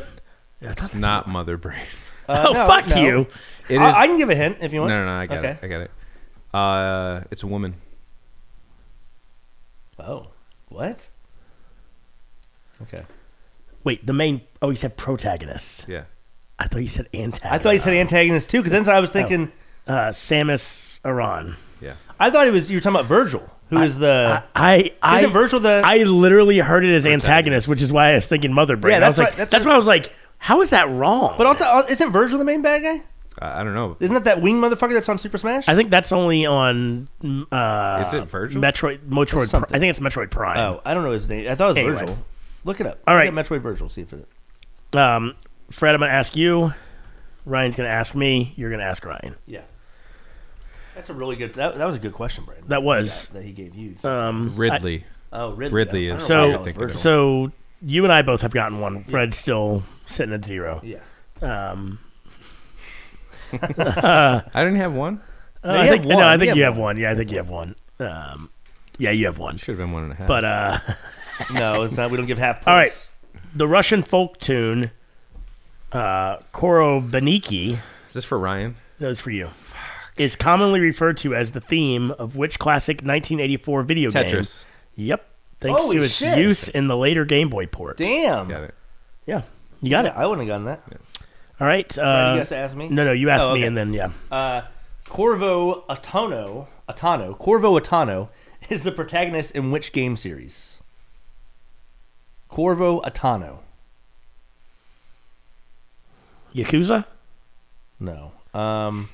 Speaker 2: It's not Mother Brain.
Speaker 1: Uh,
Speaker 3: oh,
Speaker 1: no,
Speaker 3: fuck
Speaker 1: no.
Speaker 3: you.
Speaker 2: It
Speaker 1: I,
Speaker 2: is-
Speaker 1: I can give a hint if you
Speaker 2: No,
Speaker 1: want.
Speaker 2: no, no. I got
Speaker 1: okay.
Speaker 2: it. I got it. Uh, it's a woman.
Speaker 1: Oh, what? Okay.
Speaker 3: Wait, the main. Oh, he said protagonist.
Speaker 2: Yeah.
Speaker 3: I thought you said antagonist.
Speaker 1: I thought you said antagonist too, because then I was thinking.
Speaker 3: Uh, Samus Aran.
Speaker 2: Yeah.
Speaker 1: I thought it was you were talking about Virgil, who is the.
Speaker 3: I, I
Speaker 1: Isn't Virgil the?
Speaker 3: I literally heard it as antagonist, which is why I was thinking Mother Brain.
Speaker 1: Yeah,
Speaker 3: I was
Speaker 1: that's
Speaker 3: like,
Speaker 1: what-
Speaker 3: that's,
Speaker 1: that's
Speaker 3: why I was like, how is that wrong?
Speaker 1: but also, uh, isn't Virgil the main bad guy?
Speaker 2: I, I don't know.
Speaker 1: Isn't that that wing motherfucker that's on Super Smash?
Speaker 3: I think that's only on. mm, Uh,
Speaker 2: Is it Virgil?
Speaker 3: Metroid. Metroid. Pri- I think it's Metroid Prime.
Speaker 1: oh, I don't know his name. I thought it was
Speaker 3: Anyway.
Speaker 1: Virgil. Look it up.
Speaker 3: All
Speaker 1: Look
Speaker 3: right.
Speaker 1: up Metroid Virgil. See if it. Oh.
Speaker 3: Um, Fred, I'm gonna ask you. Ryan's gonna ask me. You're gonna ask Ryan.
Speaker 1: Yeah. That's a really good. That, that was a good question, Brandon.
Speaker 3: That was.
Speaker 1: that he gave you.
Speaker 3: Um,
Speaker 2: Ridley.
Speaker 1: oh, Ridley.
Speaker 2: Ridley
Speaker 1: I don't
Speaker 2: is
Speaker 1: know why I
Speaker 2: what
Speaker 1: thought
Speaker 2: I
Speaker 1: it
Speaker 2: think
Speaker 1: was
Speaker 2: it is.
Speaker 3: So you and I both have gotten one. Fred's still sitting at zero.
Speaker 1: Yeah.
Speaker 3: Um,
Speaker 2: I didn't have one.
Speaker 3: uh,
Speaker 1: he
Speaker 3: I
Speaker 1: had
Speaker 3: think,
Speaker 1: one.
Speaker 3: no, I
Speaker 1: He
Speaker 3: think
Speaker 1: had
Speaker 3: you have one. Yeah, I think you have one. Um, yeah, you have one.
Speaker 2: Should have been one and a half.
Speaker 3: But uh,
Speaker 1: No, it's not. We don't give half. Points.
Speaker 3: all right, the Russian folk tune, uh, Korobaniki,
Speaker 2: is this for Ryan?
Speaker 3: that was for you, is commonly referred to as the theme of which classic 1984 video game?
Speaker 2: Tetris.
Speaker 3: Yep. Thanks
Speaker 1: Holy
Speaker 3: to its
Speaker 1: shit.
Speaker 3: use in the later Game Boy port.
Speaker 1: Damn.
Speaker 2: Got it.
Speaker 3: Yeah, you got
Speaker 1: Yeah,
Speaker 3: it.
Speaker 1: I wouldn't have gotten that.
Speaker 3: All right.
Speaker 1: Brandon,
Speaker 3: Uh,
Speaker 1: you guys to ask me?
Speaker 3: No, no, you asked
Speaker 1: Oh,
Speaker 3: me,
Speaker 1: okay.
Speaker 3: and then yeah.
Speaker 1: Uh, Corvo Atano, Atano, Corvo Atano is the protagonist in which game series? Corvo Atano.
Speaker 3: Yakuza.
Speaker 1: No. Um,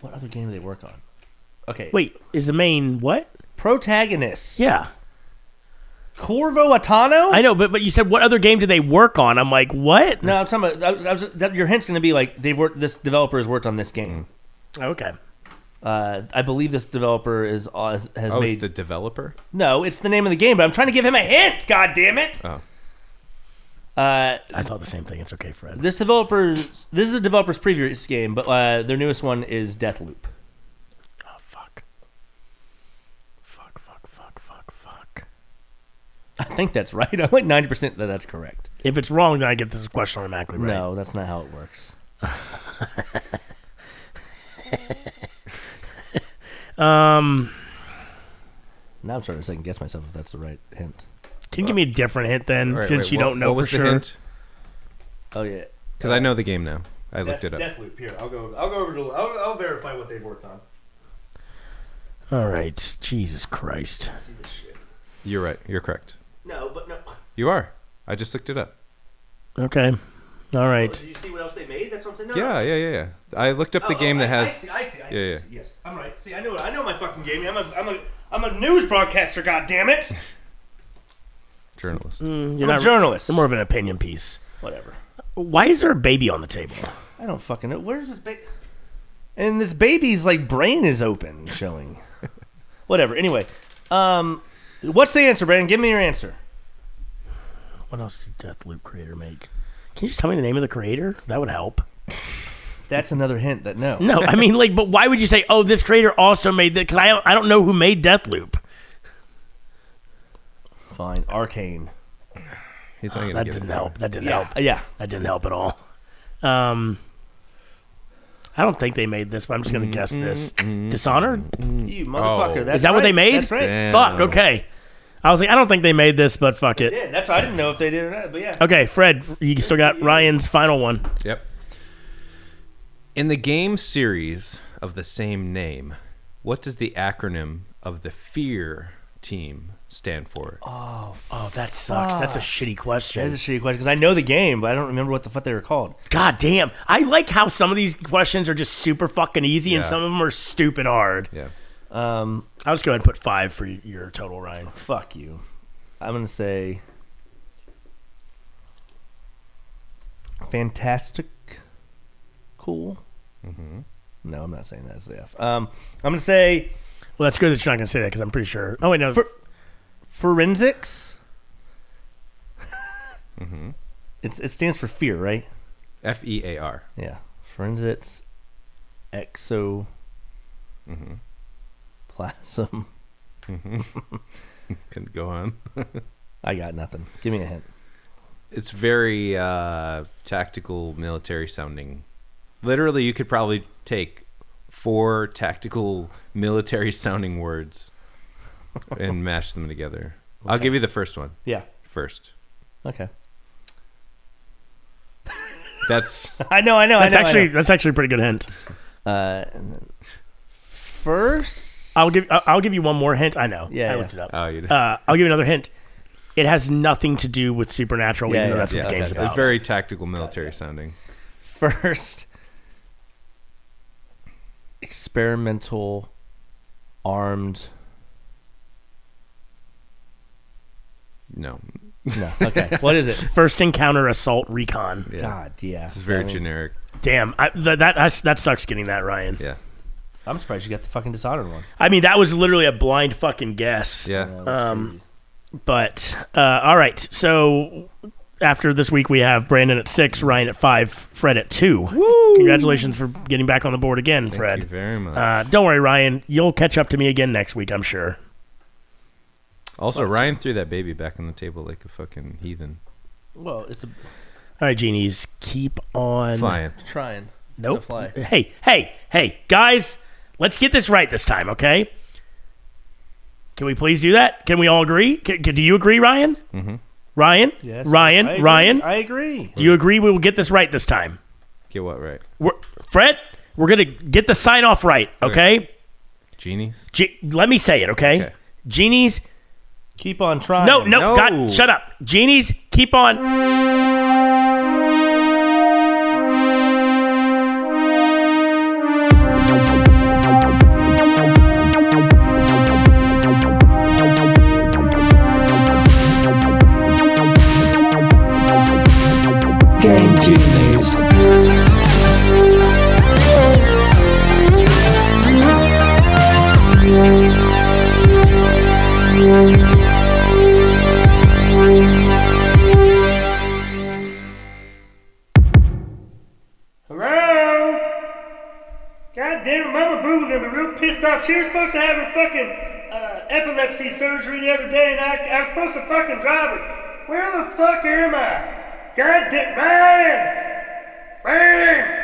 Speaker 1: what other game do they work on? Okay.
Speaker 3: Wait, is the main what?
Speaker 1: Protagonist.
Speaker 3: Yeah,
Speaker 1: Corvo Atano?
Speaker 3: I know, but but you said what other game did they work on? I'm like, what?
Speaker 1: no, I'm talking about. I, I was, that, your hint's going to be like they've worked. This developer has worked on this
Speaker 3: Mm.
Speaker 1: game.
Speaker 3: Okay.
Speaker 1: Uh, I believe this developer is uh, has, has
Speaker 2: Oh,
Speaker 1: made.
Speaker 2: it's the developer.
Speaker 1: No, it's the name of the game, but I'm trying to give him a hint. God damn it!
Speaker 2: Oh.
Speaker 1: Uh,
Speaker 3: I thought the same thing. It's okay, Fred.
Speaker 1: This developer's this is the developer's previous game, but uh, their newest one is Deathloop.
Speaker 3: Oh fuck. Fuck, fuck, fuck, fuck, fuck.
Speaker 1: I think that's right. I'm like ninety percent that that's correct.
Speaker 3: If it's wrong, then I get this question automatically right.
Speaker 1: No, that's not how it works.
Speaker 3: Um,
Speaker 1: Now I'm starting to second guess myself if that's the right hint.
Speaker 3: can you give me a different hint then,
Speaker 2: All right,
Speaker 3: since
Speaker 2: wait,
Speaker 3: you
Speaker 2: what-
Speaker 3: don't know
Speaker 2: what was
Speaker 3: for
Speaker 2: the
Speaker 3: sure?
Speaker 2: hint?
Speaker 1: Oh yeah,
Speaker 2: Because I know the game now. I looked it up.
Speaker 1: Deathloop. Here, I'll go. I'll go over to. I'll, I'll verify what they've worked on.
Speaker 3: All right, Jesus Christ.
Speaker 1: See this shit.
Speaker 2: You're right. You're correct.
Speaker 1: No, but no.
Speaker 2: You are. I just looked it up.
Speaker 3: Okay, all right.
Speaker 1: you see what else they made? That's what I'm saying. No,
Speaker 2: Yeah, yeah, yeah, yeah. I looked up the
Speaker 1: Uh, Oh,
Speaker 2: game
Speaker 1: oh,
Speaker 2: that
Speaker 1: I-
Speaker 2: has.
Speaker 1: I see, I see, I see,
Speaker 2: yeah, yeah.
Speaker 1: Yes, I'm right. See, I know, I know my fucking game. I'm a, I'm a, I'm a news broadcaster. God damn it!
Speaker 2: Journalist.
Speaker 3: You're
Speaker 1: I'm a journalist.
Speaker 3: You're more of an opinion piece.
Speaker 1: Whatever.
Speaker 3: Why is there a baby on the table?
Speaker 1: I don't fucking know. Where's this baby? And this baby's like brain is open, showing. Whatever. Anyway, um, what's the answer, Brandon? Give me your answer.
Speaker 3: What else did Deathloop creator make? Can you just tell me the name of the creator? That would help.
Speaker 1: That's another hint that no.
Speaker 3: No, I mean, like, but why would you say, "Oh, this creator also made that"? Because I don't, I don't know who made Deathloop.
Speaker 1: Fine, Arcane.
Speaker 2: He's not gonna
Speaker 3: Ah, that
Speaker 2: get
Speaker 3: didn't
Speaker 2: it.
Speaker 3: help. That didn't
Speaker 1: Yeah,
Speaker 3: help.
Speaker 1: yeah.
Speaker 3: that didn't help at all. Um, I don't think they made this, but I'm just
Speaker 1: Mm-hmm.
Speaker 3: gonna guess this. Dishonored.
Speaker 2: Oh.
Speaker 1: You motherfucker. That's
Speaker 3: Is that what
Speaker 1: right.
Speaker 3: they made?
Speaker 1: That's right.
Speaker 3: Fuck. Okay. I was like, I don't think they made this, but fuck it.
Speaker 1: Yeah, that's why I didn't know if they did or not, but yeah.
Speaker 3: Okay, Fred, you still got Ryan's final one.
Speaker 2: Yep. In the game series of the same name, what does the acronym of the Fear team stand for?
Speaker 1: Oh,
Speaker 3: oh, that sucks. That's a shitty question.
Speaker 1: That is a shitty question because I know the game, but I don't remember what the fuck they were called.
Speaker 3: God damn. I like how some of these questions are just super fucking easy and
Speaker 1: Yeah.
Speaker 3: some of them are stupid hard.
Speaker 2: Yeah.
Speaker 1: Um,
Speaker 3: I'll just go ahead and put five for y- your total, Ryan.
Speaker 1: Fuck you. I'm gonna say fantastic, cool. Mm-hmm. No, I'm not saying that's the F. Um, I'm gonna say.
Speaker 3: Well, that's good that you're not gonna say that because I'm pretty sure. Oh wait, no.
Speaker 1: forensics. Mm-hmm. It's it stands for fear, right?
Speaker 2: F E A R.
Speaker 1: Yeah, forensics, exo, Mm-hmm. plasm.
Speaker 2: Can go on.
Speaker 1: I got nothing. Give me a hint.
Speaker 2: It's very uh, tactical, military sounding. Literally, you could probably take four tactical, military sounding words and mash them together. I'll
Speaker 1: Okay.
Speaker 2: give you the first one.
Speaker 1: Yeah.
Speaker 2: First.
Speaker 1: Okay.
Speaker 2: That's
Speaker 1: I know, I know.
Speaker 3: that's
Speaker 1: I know,
Speaker 3: actually
Speaker 1: I know.
Speaker 3: that's actually a pretty good hint.
Speaker 1: Uh, and then first,
Speaker 3: I'll give I'll- I'll give you one more hint. I know.
Speaker 1: Yeah,
Speaker 3: I
Speaker 1: yeah.
Speaker 3: looked it up.
Speaker 2: Oh, you did.
Speaker 3: Uh, I'll give you another hint. It has nothing to do with supernatural, even though that's what the game's
Speaker 2: okay.
Speaker 3: about.
Speaker 2: Very tactical, military sounding.
Speaker 1: first experimental armed.
Speaker 2: No.
Speaker 1: No. Okay. what is it?
Speaker 3: First encounter assault recon.
Speaker 2: Yeah.
Speaker 1: God, yeah.
Speaker 2: It's very
Speaker 1: That was-
Speaker 2: generic.
Speaker 3: Damn, I, th- that I, that sucks getting that Ryan.
Speaker 2: Yeah.
Speaker 1: I'm surprised you got the fucking Dishonored one.
Speaker 3: I mean, that was literally a blind fucking guess.
Speaker 2: Yeah.
Speaker 3: Um, but uh, all right. So after this week, we have Brandon at six, Ryan at five, Fred at two. Woo! Congratulations for getting back on the board again, Fred.
Speaker 2: Thank you very much.
Speaker 3: Uh, don't worry, Ryan. You'll catch up to me again next week, I'm sure.
Speaker 2: also, Ryan threw that baby back on the table like a fucking heathen.
Speaker 1: Well, it's a
Speaker 3: All right, genies, keep on
Speaker 2: Flying.
Speaker 1: trying.
Speaker 3: Nope.
Speaker 1: fly.
Speaker 3: Hey, hey, hey, guys, let's get this right this time, okay? Can we please do that? Can we all agree? Can, can- do you agree, Ryan? Mm-hmm. Ryan?
Speaker 1: Yes,
Speaker 3: Ryan?
Speaker 1: I agree.
Speaker 3: Ryan?
Speaker 1: I agree.
Speaker 3: do you agree we will get this right this time?
Speaker 2: Get what right?
Speaker 3: We're, Fred, we're going to get the sign off right, okay?
Speaker 2: Genies?
Speaker 3: Ge- let me say it, okay?
Speaker 2: Okay.
Speaker 3: Genies,
Speaker 1: Keep on trying.
Speaker 3: no, no,
Speaker 2: No.
Speaker 3: God, shut up. Genies, keep on.
Speaker 4: Game Genies.
Speaker 14: Hello? God damn, Mama Boo was gonna be real pissed off. She was supposed to have her fucking uh, epilepsy surgery the other day, and I, I was supposed to fucking drive her. Where the fuck am I? God damn, Ryan! Ryan!